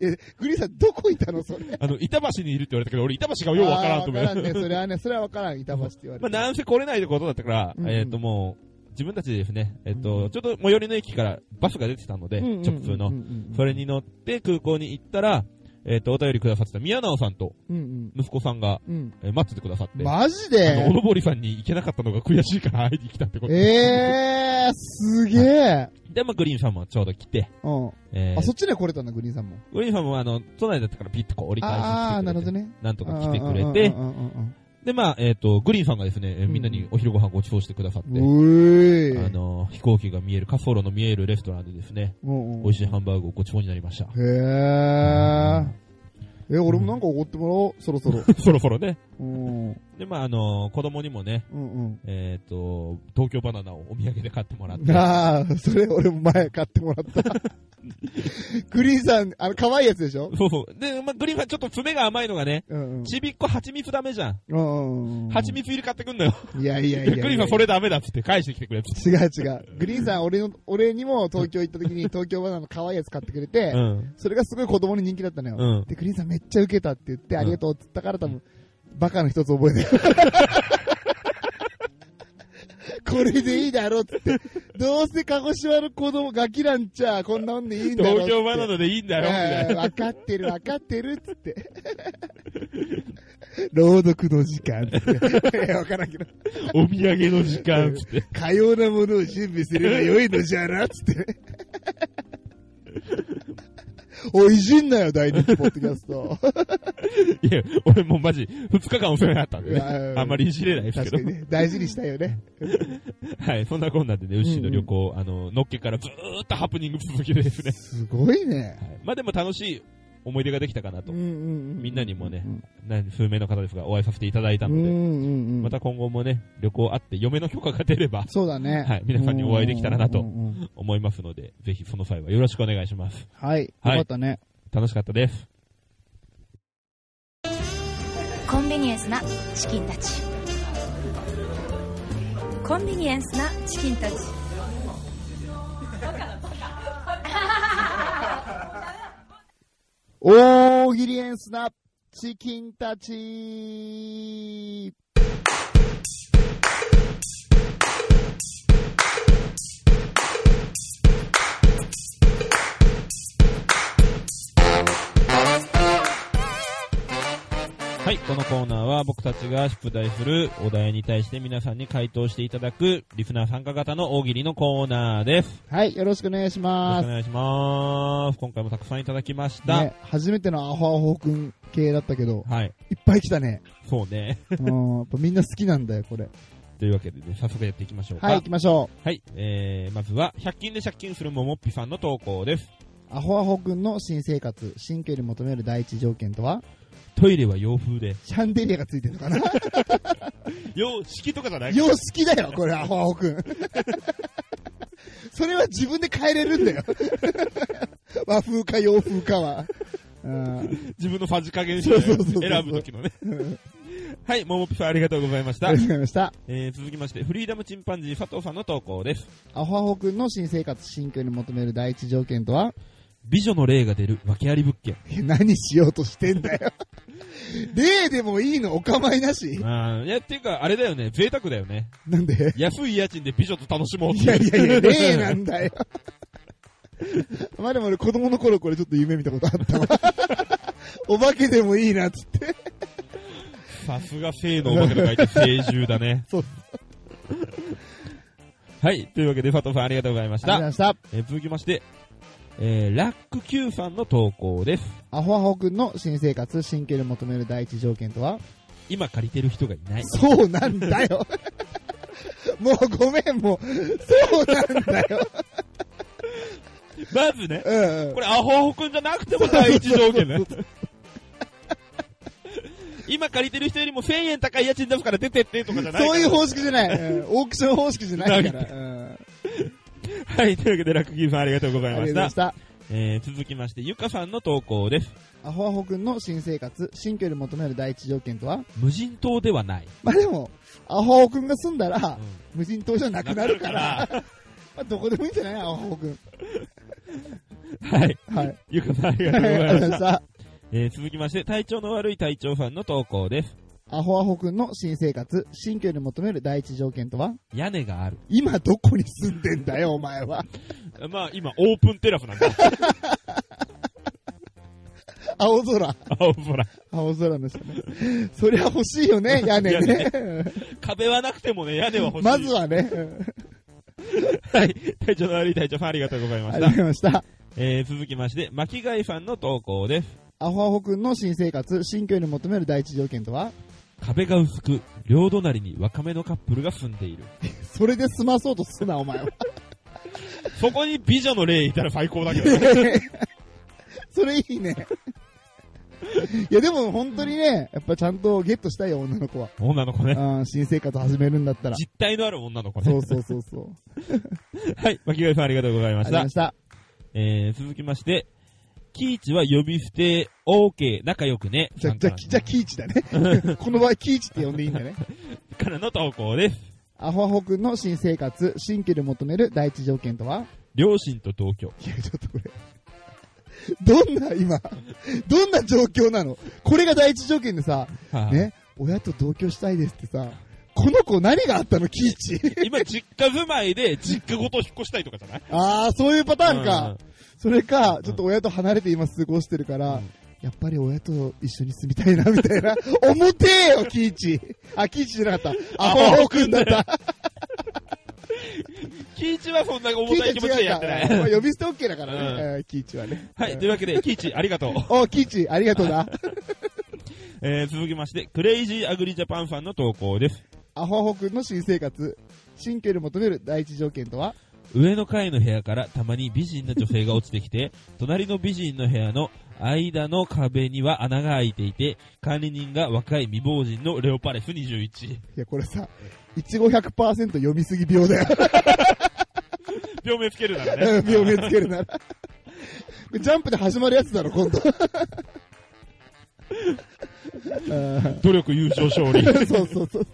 Speaker 1: え、グリーンさん、どこいたのそれ。
Speaker 2: あの、板橋にいるって言われたけど、俺板橋がようわからんと思
Speaker 1: あーわからんね。
Speaker 2: う。
Speaker 1: それはね、それはわからん。板橋って言われ
Speaker 2: まあ、
Speaker 1: て。
Speaker 2: なんせ来れないってことだったから、
Speaker 1: うん
Speaker 2: えーっ、と、もう、自分たちでですね、えーっ、
Speaker 1: う
Speaker 2: と、
Speaker 1: ん
Speaker 2: ちょっと最寄りの駅からバスが出てたので、
Speaker 1: うんうんうんうん
Speaker 2: 直通の。。それに乗って空港に行ったら、えーっ、と、お便りくださってた宮直さんと
Speaker 1: うんうん。
Speaker 2: 息子さんが、
Speaker 1: うん。
Speaker 2: えー待っててくださって、
Speaker 1: マジ
Speaker 2: あの、お
Speaker 1: で
Speaker 2: のぼりさんに行けなかったのが悔しいから会いに来たってこと。
Speaker 1: えー、すげえ。
Speaker 2: で、まあ、グリーンさんもちょうど来て、
Speaker 1: うん。
Speaker 2: えー
Speaker 1: あ、そっちで来れたんだ、グリーンさんも。
Speaker 2: グリーンさんもあの、都内だったからピッとこう折り返しに来てくれて
Speaker 1: あー、なるほどね。
Speaker 2: なんとか来てくれ
Speaker 1: う
Speaker 2: て
Speaker 1: ん、うんうん
Speaker 2: で、まあ、えっ、と、グリーンさんがですね、えーみんなにお昼ご飯ご馳走してくださって、
Speaker 1: うんうん。う
Speaker 2: あ
Speaker 1: ーい。
Speaker 2: の、飛行機が見える、滑走路の見えるレストランでですね、
Speaker 1: 美
Speaker 2: 美味しいハンバーグをご馳走になりました。
Speaker 1: へー。え、俺もなんかおごってもらおう、そろそろ。
Speaker 2: そろそろね。
Speaker 1: うん。うん
Speaker 2: で、まあ、あの、子供にもね、
Speaker 1: うん。
Speaker 2: えっ、と、東京バナナをお土産で買ってもらって、
Speaker 1: ああ、それ俺も前買ってもら った。グリーンさん、あの、可愛いやつでしょ
Speaker 2: そうそう。で、まあ、グリーンさんちょっと爪が甘いのがね、
Speaker 1: うんうん。
Speaker 2: ちびっこ蜂蜜ダメじゃん。
Speaker 1: うんうんうん。
Speaker 2: 蜂蜜入り買ってくんのよ。
Speaker 1: いやいやいやいや。
Speaker 2: グリーンさんそれダメだっつって返してきてくれっつって。
Speaker 1: 違う違う。グリーンさん、俺の、俺にも東京行った時に東京バナナの可愛いやつ買ってくれて、
Speaker 2: うん。
Speaker 1: それがすごい子供に人気だったのよ。
Speaker 2: うん
Speaker 1: で、グリーンさんめっちゃウケたって言って、ありがとうって言ったから多分、バカの一つ覚えて る。これでいいだろうってって。どうせ鹿児島の子供ガキなんちゃ、こんなもんでいいんだろうっ
Speaker 2: 東
Speaker 1: て。
Speaker 2: 京バナナでいいんだよ、みたい
Speaker 1: えー
Speaker 2: な。
Speaker 1: わかってるわかってるっつ って。朗読の時間っつって。いやわからんけど。
Speaker 2: お土産の時間っつって。
Speaker 1: かようなものを準備すればよいのじゃなっつって。おいじんなよ、大人気ポッドキャスト。
Speaker 2: いや、俺もうマジ、2日間お世話になったんで、ね、
Speaker 1: あー
Speaker 2: あんまりいじれないですけ
Speaker 1: 確
Speaker 2: ど
Speaker 1: か。にね、大事にしたいよね。
Speaker 2: はい、そんなこんなでね、ウッシーの旅行、あの、のっけからずーっとハプニング続きでで すね。
Speaker 1: すごいね。
Speaker 2: はいまあでも楽しい思い出ができたかなと。み
Speaker 1: み
Speaker 2: んなにもね、何数名の方ですが、お会いさせていただいた
Speaker 1: う
Speaker 2: の
Speaker 1: んうんう
Speaker 2: で、
Speaker 1: ん。
Speaker 2: また今後もね、旅行あって、嫁の許可が出れば、
Speaker 1: そうだね。
Speaker 2: はい皆さんにお会いできたらなと
Speaker 1: うんうんうんうん
Speaker 2: 思いますので、ぜひその際はよろしくお願いします。
Speaker 1: はい。よ
Speaker 2: はい
Speaker 1: かったね。
Speaker 2: 楽しかったです。
Speaker 3: コンビニエンスなチキンたちコンビニエンスなチキンたち
Speaker 1: 大喜利エンスなチキンたち
Speaker 2: はい、このコーナーは僕たちが出題するお題に対して皆さんに回答していただくリスナー参加型の大喜利のコーナーです。
Speaker 1: はい、よろしくお願いし
Speaker 2: よろ
Speaker 1: ま
Speaker 2: しくお
Speaker 1: す。
Speaker 2: 願いします。今回もたくさんいただきました。
Speaker 1: ね、初めてのアホアホくん系だったけど、
Speaker 2: はい。
Speaker 1: いっぱい来たね。
Speaker 2: そうね。
Speaker 1: うん、やっぱみんな好きなんだよ、これ。
Speaker 2: というわけでね、早速やっていきましょうか。
Speaker 1: はい、行きましょ
Speaker 2: はい。えー、まずは、100均で借金するももっぴさんの投稿です。
Speaker 1: う。アホアホくんの新生活、新居に求める第一条件とは、
Speaker 2: トイレは洋風で。
Speaker 1: シャンデリアがついてるのかな
Speaker 2: 洋式とかじゃない
Speaker 1: 洋式だよ、これ、アホアホくん。それは自分で変えれるんだよ。和風か洋風かは。うん、
Speaker 2: 自分のファジ加減し
Speaker 1: そうそうそうそう
Speaker 2: て選ぶ時のね。はい、ももっぴさんありがとうございまし
Speaker 1: あ
Speaker 2: た
Speaker 1: りがとう。ございました。
Speaker 2: えー、続きまして、フリーダムチンパンジー佐藤さんの投稿です。
Speaker 1: アホアホくんの新生活、新居に求める第一条件とは、
Speaker 2: 美女の霊が出る訳あり物件。
Speaker 1: いや何しようとしてんだよ。例でもいいのお構いなし
Speaker 2: あーいや、っていうか、あれだよね、贅沢だよね。
Speaker 1: なんで
Speaker 2: 安い家賃で美女と楽しもうって
Speaker 1: いやいやいや、例なんだよ。 まあでも俺子供の頃これちょっと夢見たことあ ったわ。お化けでもいいなっつって。
Speaker 2: さすが性のお化けと書いて清獣だね。
Speaker 1: そう
Speaker 2: はい、というわけで佐藤さんありがとうございまし
Speaker 1: あ
Speaker 2: た
Speaker 1: り。がとうございまし
Speaker 2: えー続きまして、えー、ラック Q さんの投稿です。
Speaker 1: た。アホアホくんの新生活、新居に求める第一条件とは
Speaker 2: 今借りてる人がいない。
Speaker 1: そうなんだ よ。もうごめん、もう。そうなんだよ。
Speaker 2: まずね、
Speaker 1: うんうん
Speaker 2: これアホアホくんじゃなくても第一条件ね
Speaker 1: そう。
Speaker 2: 今借りてる人よりも1000円高い家賃出すから出てってとかじゃないから
Speaker 1: そういう方式じゃない。うんオークション方式じゃないから。うん
Speaker 2: はい、というわけでラック Q さんありがとうござい
Speaker 1: あ
Speaker 2: ま
Speaker 1: りがとうご
Speaker 2: し
Speaker 1: ざいま
Speaker 2: た
Speaker 1: し。た。
Speaker 2: えー、続きまして、ゆかさんの投稿です。
Speaker 1: アホアホくんの新生活、新居に求める第一条件とは
Speaker 2: 無人島ではない。
Speaker 1: まあでも、アホアホくんが住んだら
Speaker 2: うん、
Speaker 1: 無人島じゃなくなるから、まあ どこでもいいんじゃないアホアホくん。
Speaker 2: はい。
Speaker 1: はい。
Speaker 2: ゆかさんありが
Speaker 1: あ
Speaker 2: とう
Speaker 1: り
Speaker 2: ござ
Speaker 1: がとうござ いま
Speaker 2: いま し。
Speaker 1: したた。
Speaker 2: えー、続きまして、体調の悪い隊長さんの投稿です。
Speaker 1: アホアホくんの新生活、新居に求める第一条件とは
Speaker 2: 屋根がある。
Speaker 1: 今どこに住んでんだよ、お前は。
Speaker 2: まあ、今、 オープンテラスなんだ。
Speaker 1: 青空。
Speaker 2: 青空。
Speaker 1: 青空の下ね。そりゃ欲しいよ ね、屋根ね。
Speaker 2: 壁はなくてもね、屋根は欲しい。
Speaker 1: まずはね、うん
Speaker 2: はい。体調の悪い隊長さんありがとうございま
Speaker 1: あ
Speaker 2: し
Speaker 1: りがとうご
Speaker 2: た。
Speaker 1: ざいました。
Speaker 2: えー、続きまして、巻貝さんの投稿です。
Speaker 1: アホアホくんの新生活、新居に求める第一条件とは
Speaker 2: 壁が薄く、両隣に若めのカップルが住んでいる。
Speaker 1: それで済まそうとすな、お前は。
Speaker 2: そこに美女の霊いたら最高だけどね。
Speaker 1: それいいね。いや、でも本当にね、やっぱちゃんとゲットしたいよ、女の子は。
Speaker 2: 女の子ね。
Speaker 1: うん、新生活始めるんだったら。
Speaker 2: 実体のある女の子ね。
Speaker 1: そうそうそうそう。
Speaker 2: はい。巻貝さんありがとうござい
Speaker 1: あ
Speaker 2: まし
Speaker 1: りがとうござい
Speaker 2: た
Speaker 1: ま。した。
Speaker 2: えー、続きまして、キーチは呼び捨て OK、仲良くね。
Speaker 1: じゃ、じゃ、じゃ、キーチだ ね。この場合、キーチって呼んでいいんだね。
Speaker 2: からの投稿です。
Speaker 1: アホアホくんの新生活、新居で求める第一条件とは
Speaker 2: 両親と同居。
Speaker 1: いや、ちょっとこれ。どんな、今、どんな状況なのこれが第一条件でさ、
Speaker 2: はい
Speaker 1: ね、親と同居したいですってさ、この子何があったの、キーチ。
Speaker 2: 今、実家住まいで、実家ごと引っ越したいとかじゃない
Speaker 1: あー、そういうパターン
Speaker 2: う
Speaker 1: か
Speaker 2: ん。
Speaker 1: それか、ちょっと親と離れて今過ごしてるから、
Speaker 2: うん
Speaker 1: やっぱり親と一緒に住みたいな、みたいな。 重てえよ、 キーチ。あ、キーチじゃなかった。アホアホくんだった。
Speaker 2: キイチはそんな重
Speaker 1: キ
Speaker 2: たい
Speaker 1: ー
Speaker 2: 気
Speaker 1: チ
Speaker 2: 持ち
Speaker 1: は
Speaker 2: で
Speaker 1: 違
Speaker 2: や
Speaker 1: う
Speaker 2: って
Speaker 1: か
Speaker 2: な
Speaker 1: ら。まあ
Speaker 2: い。
Speaker 1: 呼び捨て OK だからね
Speaker 2: うん
Speaker 1: えー。キーチはね。
Speaker 2: はい、というわけで、キイチありがとう。
Speaker 1: お、キーチ、ありがとうな。
Speaker 2: えー、続きまして、クレイジーアグリジャパンさんの投稿です。
Speaker 1: アホホ君の新生活。新居で求める第一条件とは
Speaker 2: 上の階の部屋からたまに美人な女性が落ちてき て、隣の美人の部屋の間の壁には穴が開いていて、管理人が若い未亡人のレオパレス21。
Speaker 1: いや、これさ、いちご100%読みすぎ病 だよ。
Speaker 2: 病名つけるならね。
Speaker 1: 病名つけるなら。これジャンプで始まるやつだろ、 今度。あ
Speaker 2: 努力優勝勝利。
Speaker 1: ーそうそうそう。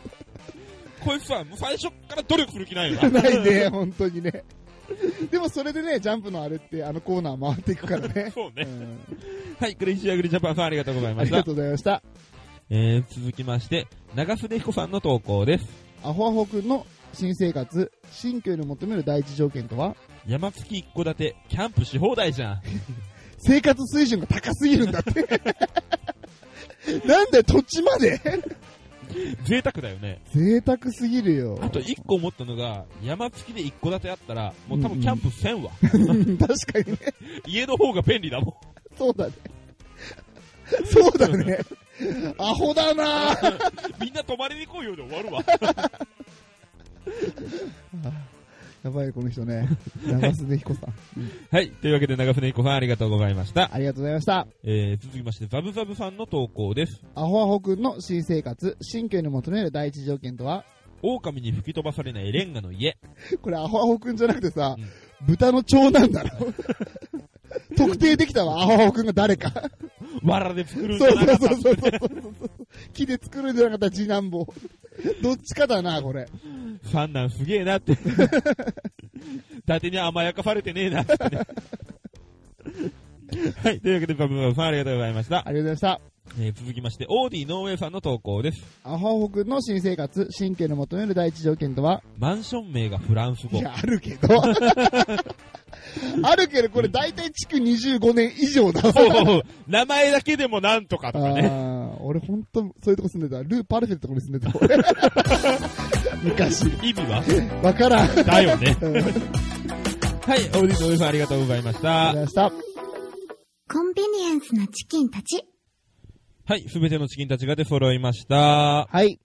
Speaker 2: こいつさ、もう最初から努力する気ないよ な。
Speaker 1: ないね、本当にね。でもそれでね、ジャンプのあれって、あのコーナー回っていくからね。
Speaker 2: そう
Speaker 1: う
Speaker 2: ね。
Speaker 1: ん
Speaker 2: はい、クレイジーアグリジャパンさんありがとうござい
Speaker 1: あ
Speaker 2: ま
Speaker 1: り
Speaker 2: し
Speaker 1: が
Speaker 2: た。
Speaker 1: とうございました。
Speaker 2: えー、続きまして、長須彦さんの投稿です。
Speaker 1: アホアホ君の新生活、新居に求める第一条件とは
Speaker 2: 山付き一戸建て、キャンプし放題じゃ ん。
Speaker 1: 生活水準が高すぎるん だって。なんだよ、土地まで
Speaker 2: 贅沢だよね。
Speaker 1: 贅沢すぎるよ。
Speaker 2: あと一個思ったのが、山付きで一戸建てあったら、もう多分キャンプせんわ。
Speaker 1: うん確かにね。
Speaker 2: 家の方が便利だもん。
Speaker 1: そうだね。そうだね。アホだなぁ。
Speaker 2: みんな泊まりに来いよで終わるわ。
Speaker 1: やばい、この人ね。長須根彦さん。
Speaker 2: はい。というわけで、長船彦さんありがとうございました。
Speaker 1: ありがとうございました。
Speaker 2: えー、続きまして、ザブザブさんの投稿です。
Speaker 1: アホアホくんの新生活、新居に求める第一条件とは
Speaker 2: 狼に吹き飛ばされないレンガの家。
Speaker 1: これアホアホくんじゃなくてさ
Speaker 2: う、
Speaker 1: 豚の長男だろ。 特定できたわ、アホアホくんが誰か。
Speaker 2: わらで作るんじ
Speaker 1: そう
Speaker 2: ゃ
Speaker 1: そ
Speaker 2: な
Speaker 1: う
Speaker 2: かっ
Speaker 1: そ
Speaker 2: た
Speaker 1: うそうそう。木で作るんじゃなかった、次男坊。どっちかだな、これ。
Speaker 2: 三男すげえなって。 伊達に甘やかされてねえなってね。 はい。というわけで、ザブザブさんありがとうございました
Speaker 1: あ。りがとうございました。
Speaker 2: えー、続きまして、オーディノーウェイさんの投稿です。
Speaker 1: アホアホくんの新生活、新居に求める第一条件とは
Speaker 2: マンション名がフランス語
Speaker 1: い。や、あるけど。 あるけど、これ大体築25年以上 だわ。
Speaker 2: そうそうそう名前だけでもなんとかとかね。
Speaker 1: あー俺ほんと、そういうとこ住んでた。ルー・パルフェってとこに住んでた。 俺昔。
Speaker 2: 意味は
Speaker 1: わからん。ありがと
Speaker 2: だよね。
Speaker 1: うん
Speaker 2: はい、オーディトーさんありがとうございまし
Speaker 1: うご
Speaker 2: た
Speaker 1: ざい。ました。
Speaker 6: コンビニエンスなチキンたち。
Speaker 2: はい、すべてのチキンたちが出揃いました。
Speaker 1: はい。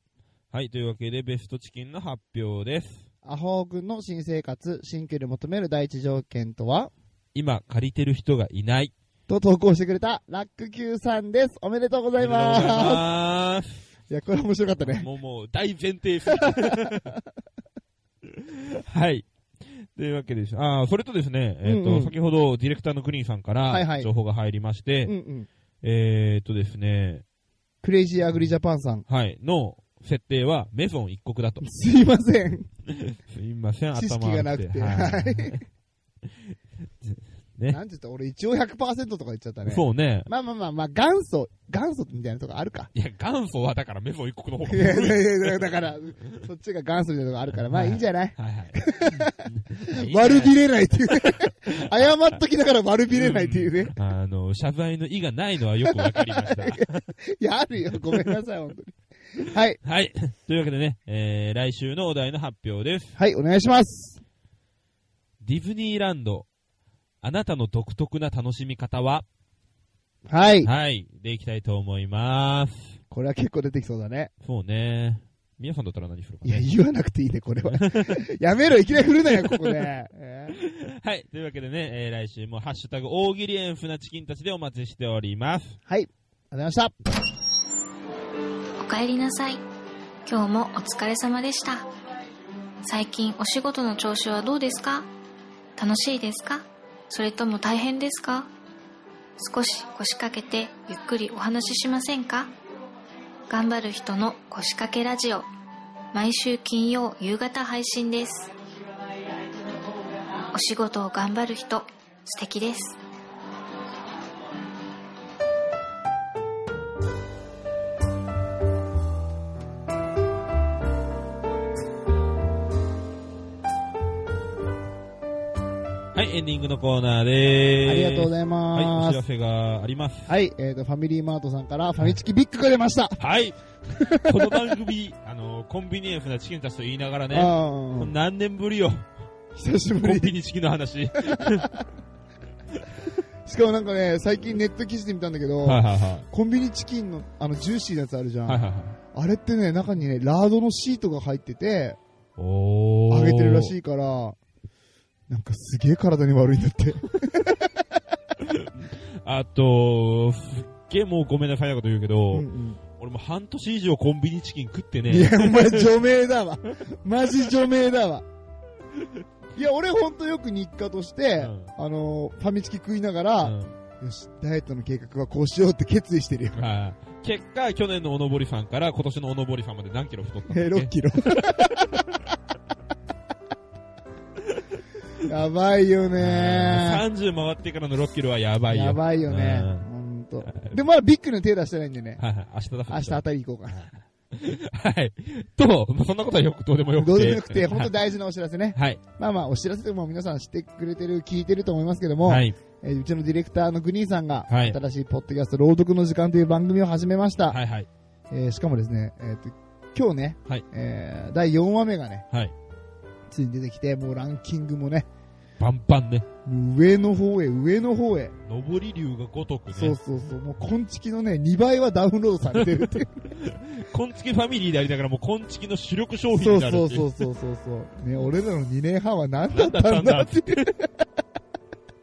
Speaker 2: はい、というわけでベストチキンの発表です。
Speaker 1: アホ君の新生活、新居で求める第一条件とは
Speaker 2: 今、借りてる人がいない。
Speaker 1: と投稿してくれたラック Q さんです。おめでとうございま。
Speaker 2: ありがとうございます
Speaker 1: いや、これ面白かった
Speaker 2: す。
Speaker 1: ね。
Speaker 2: もうもう、大前 提すぎてはい。というわけです。ああ、それとですね、えっ、と、
Speaker 1: うんうん
Speaker 2: 先ほどディレクターのグリーンさんか
Speaker 1: はいは
Speaker 2: ら
Speaker 1: い
Speaker 2: 情報が入りまして、
Speaker 1: うんうん。
Speaker 2: えっ、とですね、
Speaker 1: クレイジーアグリジャパンさん。
Speaker 2: はい、の設定はメゾン一国だと。
Speaker 1: すいません。
Speaker 2: すいません、頭
Speaker 1: 知識がなくて
Speaker 2: 悪 くてね
Speaker 1: なんて言った俺一応100%とか言っちゃったね。
Speaker 2: そうね。
Speaker 1: まあまあまあまあ、元祖、元祖みたいなとこある か。
Speaker 2: いや、元祖はだからメゾン一国の方
Speaker 1: い
Speaker 2: が。
Speaker 1: やいやいや、だから、そっちが元祖みたいなとこあるから、まあいいんじゃない
Speaker 2: はいはい。
Speaker 1: 悪びれないっていうね。謝っときながら悪びれないっていうね。
Speaker 2: うん。あの、謝罪の意がないのはよくわかりました。
Speaker 1: いや、あるよ。ごめんなさい、本当に。はい。
Speaker 2: はい。というわけでね、えー、来週のお題の発表です。
Speaker 1: はい、お願いします。
Speaker 2: ディズニーランド、あなたの独特な楽しみ方は
Speaker 1: はい。
Speaker 2: はい。でいきたいと思います。
Speaker 1: これは結構出てきそうだね。
Speaker 2: そうね。皆さんだったら何するか
Speaker 1: いや、
Speaker 2: ね。
Speaker 1: 言わなくていいね、こ れは。やめろ、いきなり振るなよ、ここで。えー
Speaker 2: はい。というわけでね、えー、来週もハッシュタグ、大喜利エンフなチキンたちでお待ちしております。
Speaker 1: はい。ありがとうございました。
Speaker 6: おかえりなさい。今日もお疲れ様でした。最近お仕事の調子はどうですか楽しいですかそれとも大変ですか少し腰掛けてゆっくりお話ししませんか頑張る人の腰掛けラジオ。毎週金曜夕方配信です。お仕事を頑張る人、素敵です。
Speaker 2: はい、エンディングのコーナーで
Speaker 1: あ
Speaker 2: ーす。
Speaker 1: りがとうご
Speaker 2: い
Speaker 1: ざい
Speaker 2: はい、お
Speaker 1: ま
Speaker 2: 知ら
Speaker 1: す。
Speaker 2: せがあります。
Speaker 1: はい、えっと、ファミリーマートさんからファミチキビッグが出ました。
Speaker 2: はい。この番組、あの、コンビニエンスなチキンたちと言いながらね、
Speaker 1: あー
Speaker 2: 何年ぶりよ。
Speaker 1: 久しぶ
Speaker 2: コン
Speaker 1: り。
Speaker 2: ビニ式の話。
Speaker 1: しかもなんかね、最近ネット記事で見たんだけど、
Speaker 2: はいはいは
Speaker 1: コンビニチキンのあのジューシーなやつあるじゃ
Speaker 2: い。
Speaker 1: ん、
Speaker 2: はいはいはい。
Speaker 1: あれってね、中にね、ラードのシートが入ってて、
Speaker 2: おー。
Speaker 1: 揚げてるらし
Speaker 2: い。
Speaker 1: いから、なんかすげえ体に悪いんだって。
Speaker 2: あと、すっげえもうごめんなさいなこと言うけど、
Speaker 1: うん
Speaker 2: 俺も半年以上コンビニチキン食って
Speaker 1: うんい
Speaker 2: ね
Speaker 1: や、、お前除名だわ。 マジ除名だわ。いや、俺ほんとよく日課として、
Speaker 2: うん
Speaker 1: あのー、ファミチキ食いなが
Speaker 2: う
Speaker 1: ら、
Speaker 2: ん
Speaker 1: よし、ダイエットの計画はこうしようって決意してるよ。
Speaker 2: はい結果、去年のおのぼりさんから今年のおのぼりさんまで何キロ太ったんだ
Speaker 1: え
Speaker 2: っ
Speaker 1: ー、
Speaker 2: け
Speaker 1: 6キロ。 やばいよね
Speaker 2: 30回ってからの6キロはやばいよ。
Speaker 1: やばいよね
Speaker 2: うん。
Speaker 1: ほんと。で、まだビッグに手出してないんでね。
Speaker 2: はいはい。明日だ
Speaker 1: 明日あたり行こうかな。
Speaker 2: はい。と、まあ、そんなことはよくどうでもよくて。
Speaker 1: どうでもよくて、ほんと大事なお知らせね。
Speaker 2: はい。
Speaker 1: まあまあ、お知らせでも皆さん知ってくれてる、聞いてると思いますけども、
Speaker 2: はい。
Speaker 1: えーうちのディレクターのグニーさんが、
Speaker 2: はい
Speaker 1: 新しいポッドキャスト、朗読の時間という番組を始めました。
Speaker 2: はいはい。
Speaker 1: えーしかもですね、えーと今日ね、
Speaker 2: はい
Speaker 1: えー第4話目がね、
Speaker 2: はい。
Speaker 1: ついに出てきて、もうランキングもね、
Speaker 2: バンバンね。
Speaker 1: 上の方へ、上の方へ。
Speaker 2: 上り竜がごとくね。
Speaker 1: そうそうそう。もう、昆虫のね、2倍はダウンロードされてるっていう。
Speaker 2: コンチキファミリーでありながらもうコンチキの主力
Speaker 1: そ
Speaker 2: 商品
Speaker 1: う
Speaker 2: になる
Speaker 1: そ
Speaker 2: っ
Speaker 1: う
Speaker 2: ていう。
Speaker 1: そうそうそうそう。ね、俺らの2年半は何だったんだっていう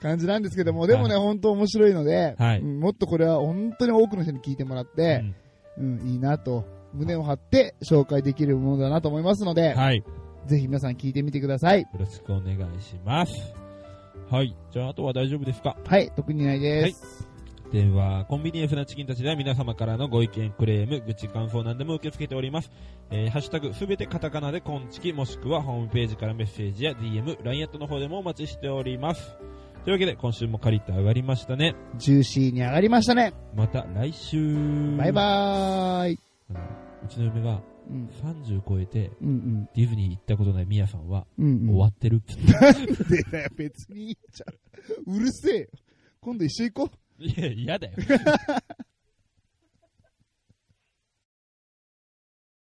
Speaker 1: 感じなんですけども、でもね、本当面白いので、
Speaker 2: はい
Speaker 1: うんもっとこれは本当に多くの人に聞いてもらって、うん、いいなと、胸を張って紹介できるものだなと思いますの
Speaker 2: う
Speaker 1: で
Speaker 2: ん、はい。よ
Speaker 1: ぜひ皆さん聞いてみてください。
Speaker 2: ろしくお願いします。はい。じゃあ、あとは大丈夫ですか
Speaker 1: はい、特にないです。
Speaker 2: では、コンビニエンスなチキンたちでは皆様からのご意見、クレーム、愚痴、感想なんでも受け付けております。えー、ハッシュタグ、すべてカタカナでコンチキ、もしくはホームページからメッセージや DM、LINE アットの方でもお待ちしております。というわけで、今週もカリッと上がりましたね。
Speaker 1: ジューシーに上がりましたね。
Speaker 2: また来週。
Speaker 1: バイバーイ。
Speaker 2: あのうちの嫁が
Speaker 1: うん、
Speaker 2: 30超えて、
Speaker 1: うん、うん。
Speaker 2: ディズニー行ったことないミヤさんは、
Speaker 1: うん、うん
Speaker 2: 終わってるって。
Speaker 1: でだよ、別にいいじゃん。うるせえよ。今度一緒行こう。
Speaker 2: いや、嫌だよ。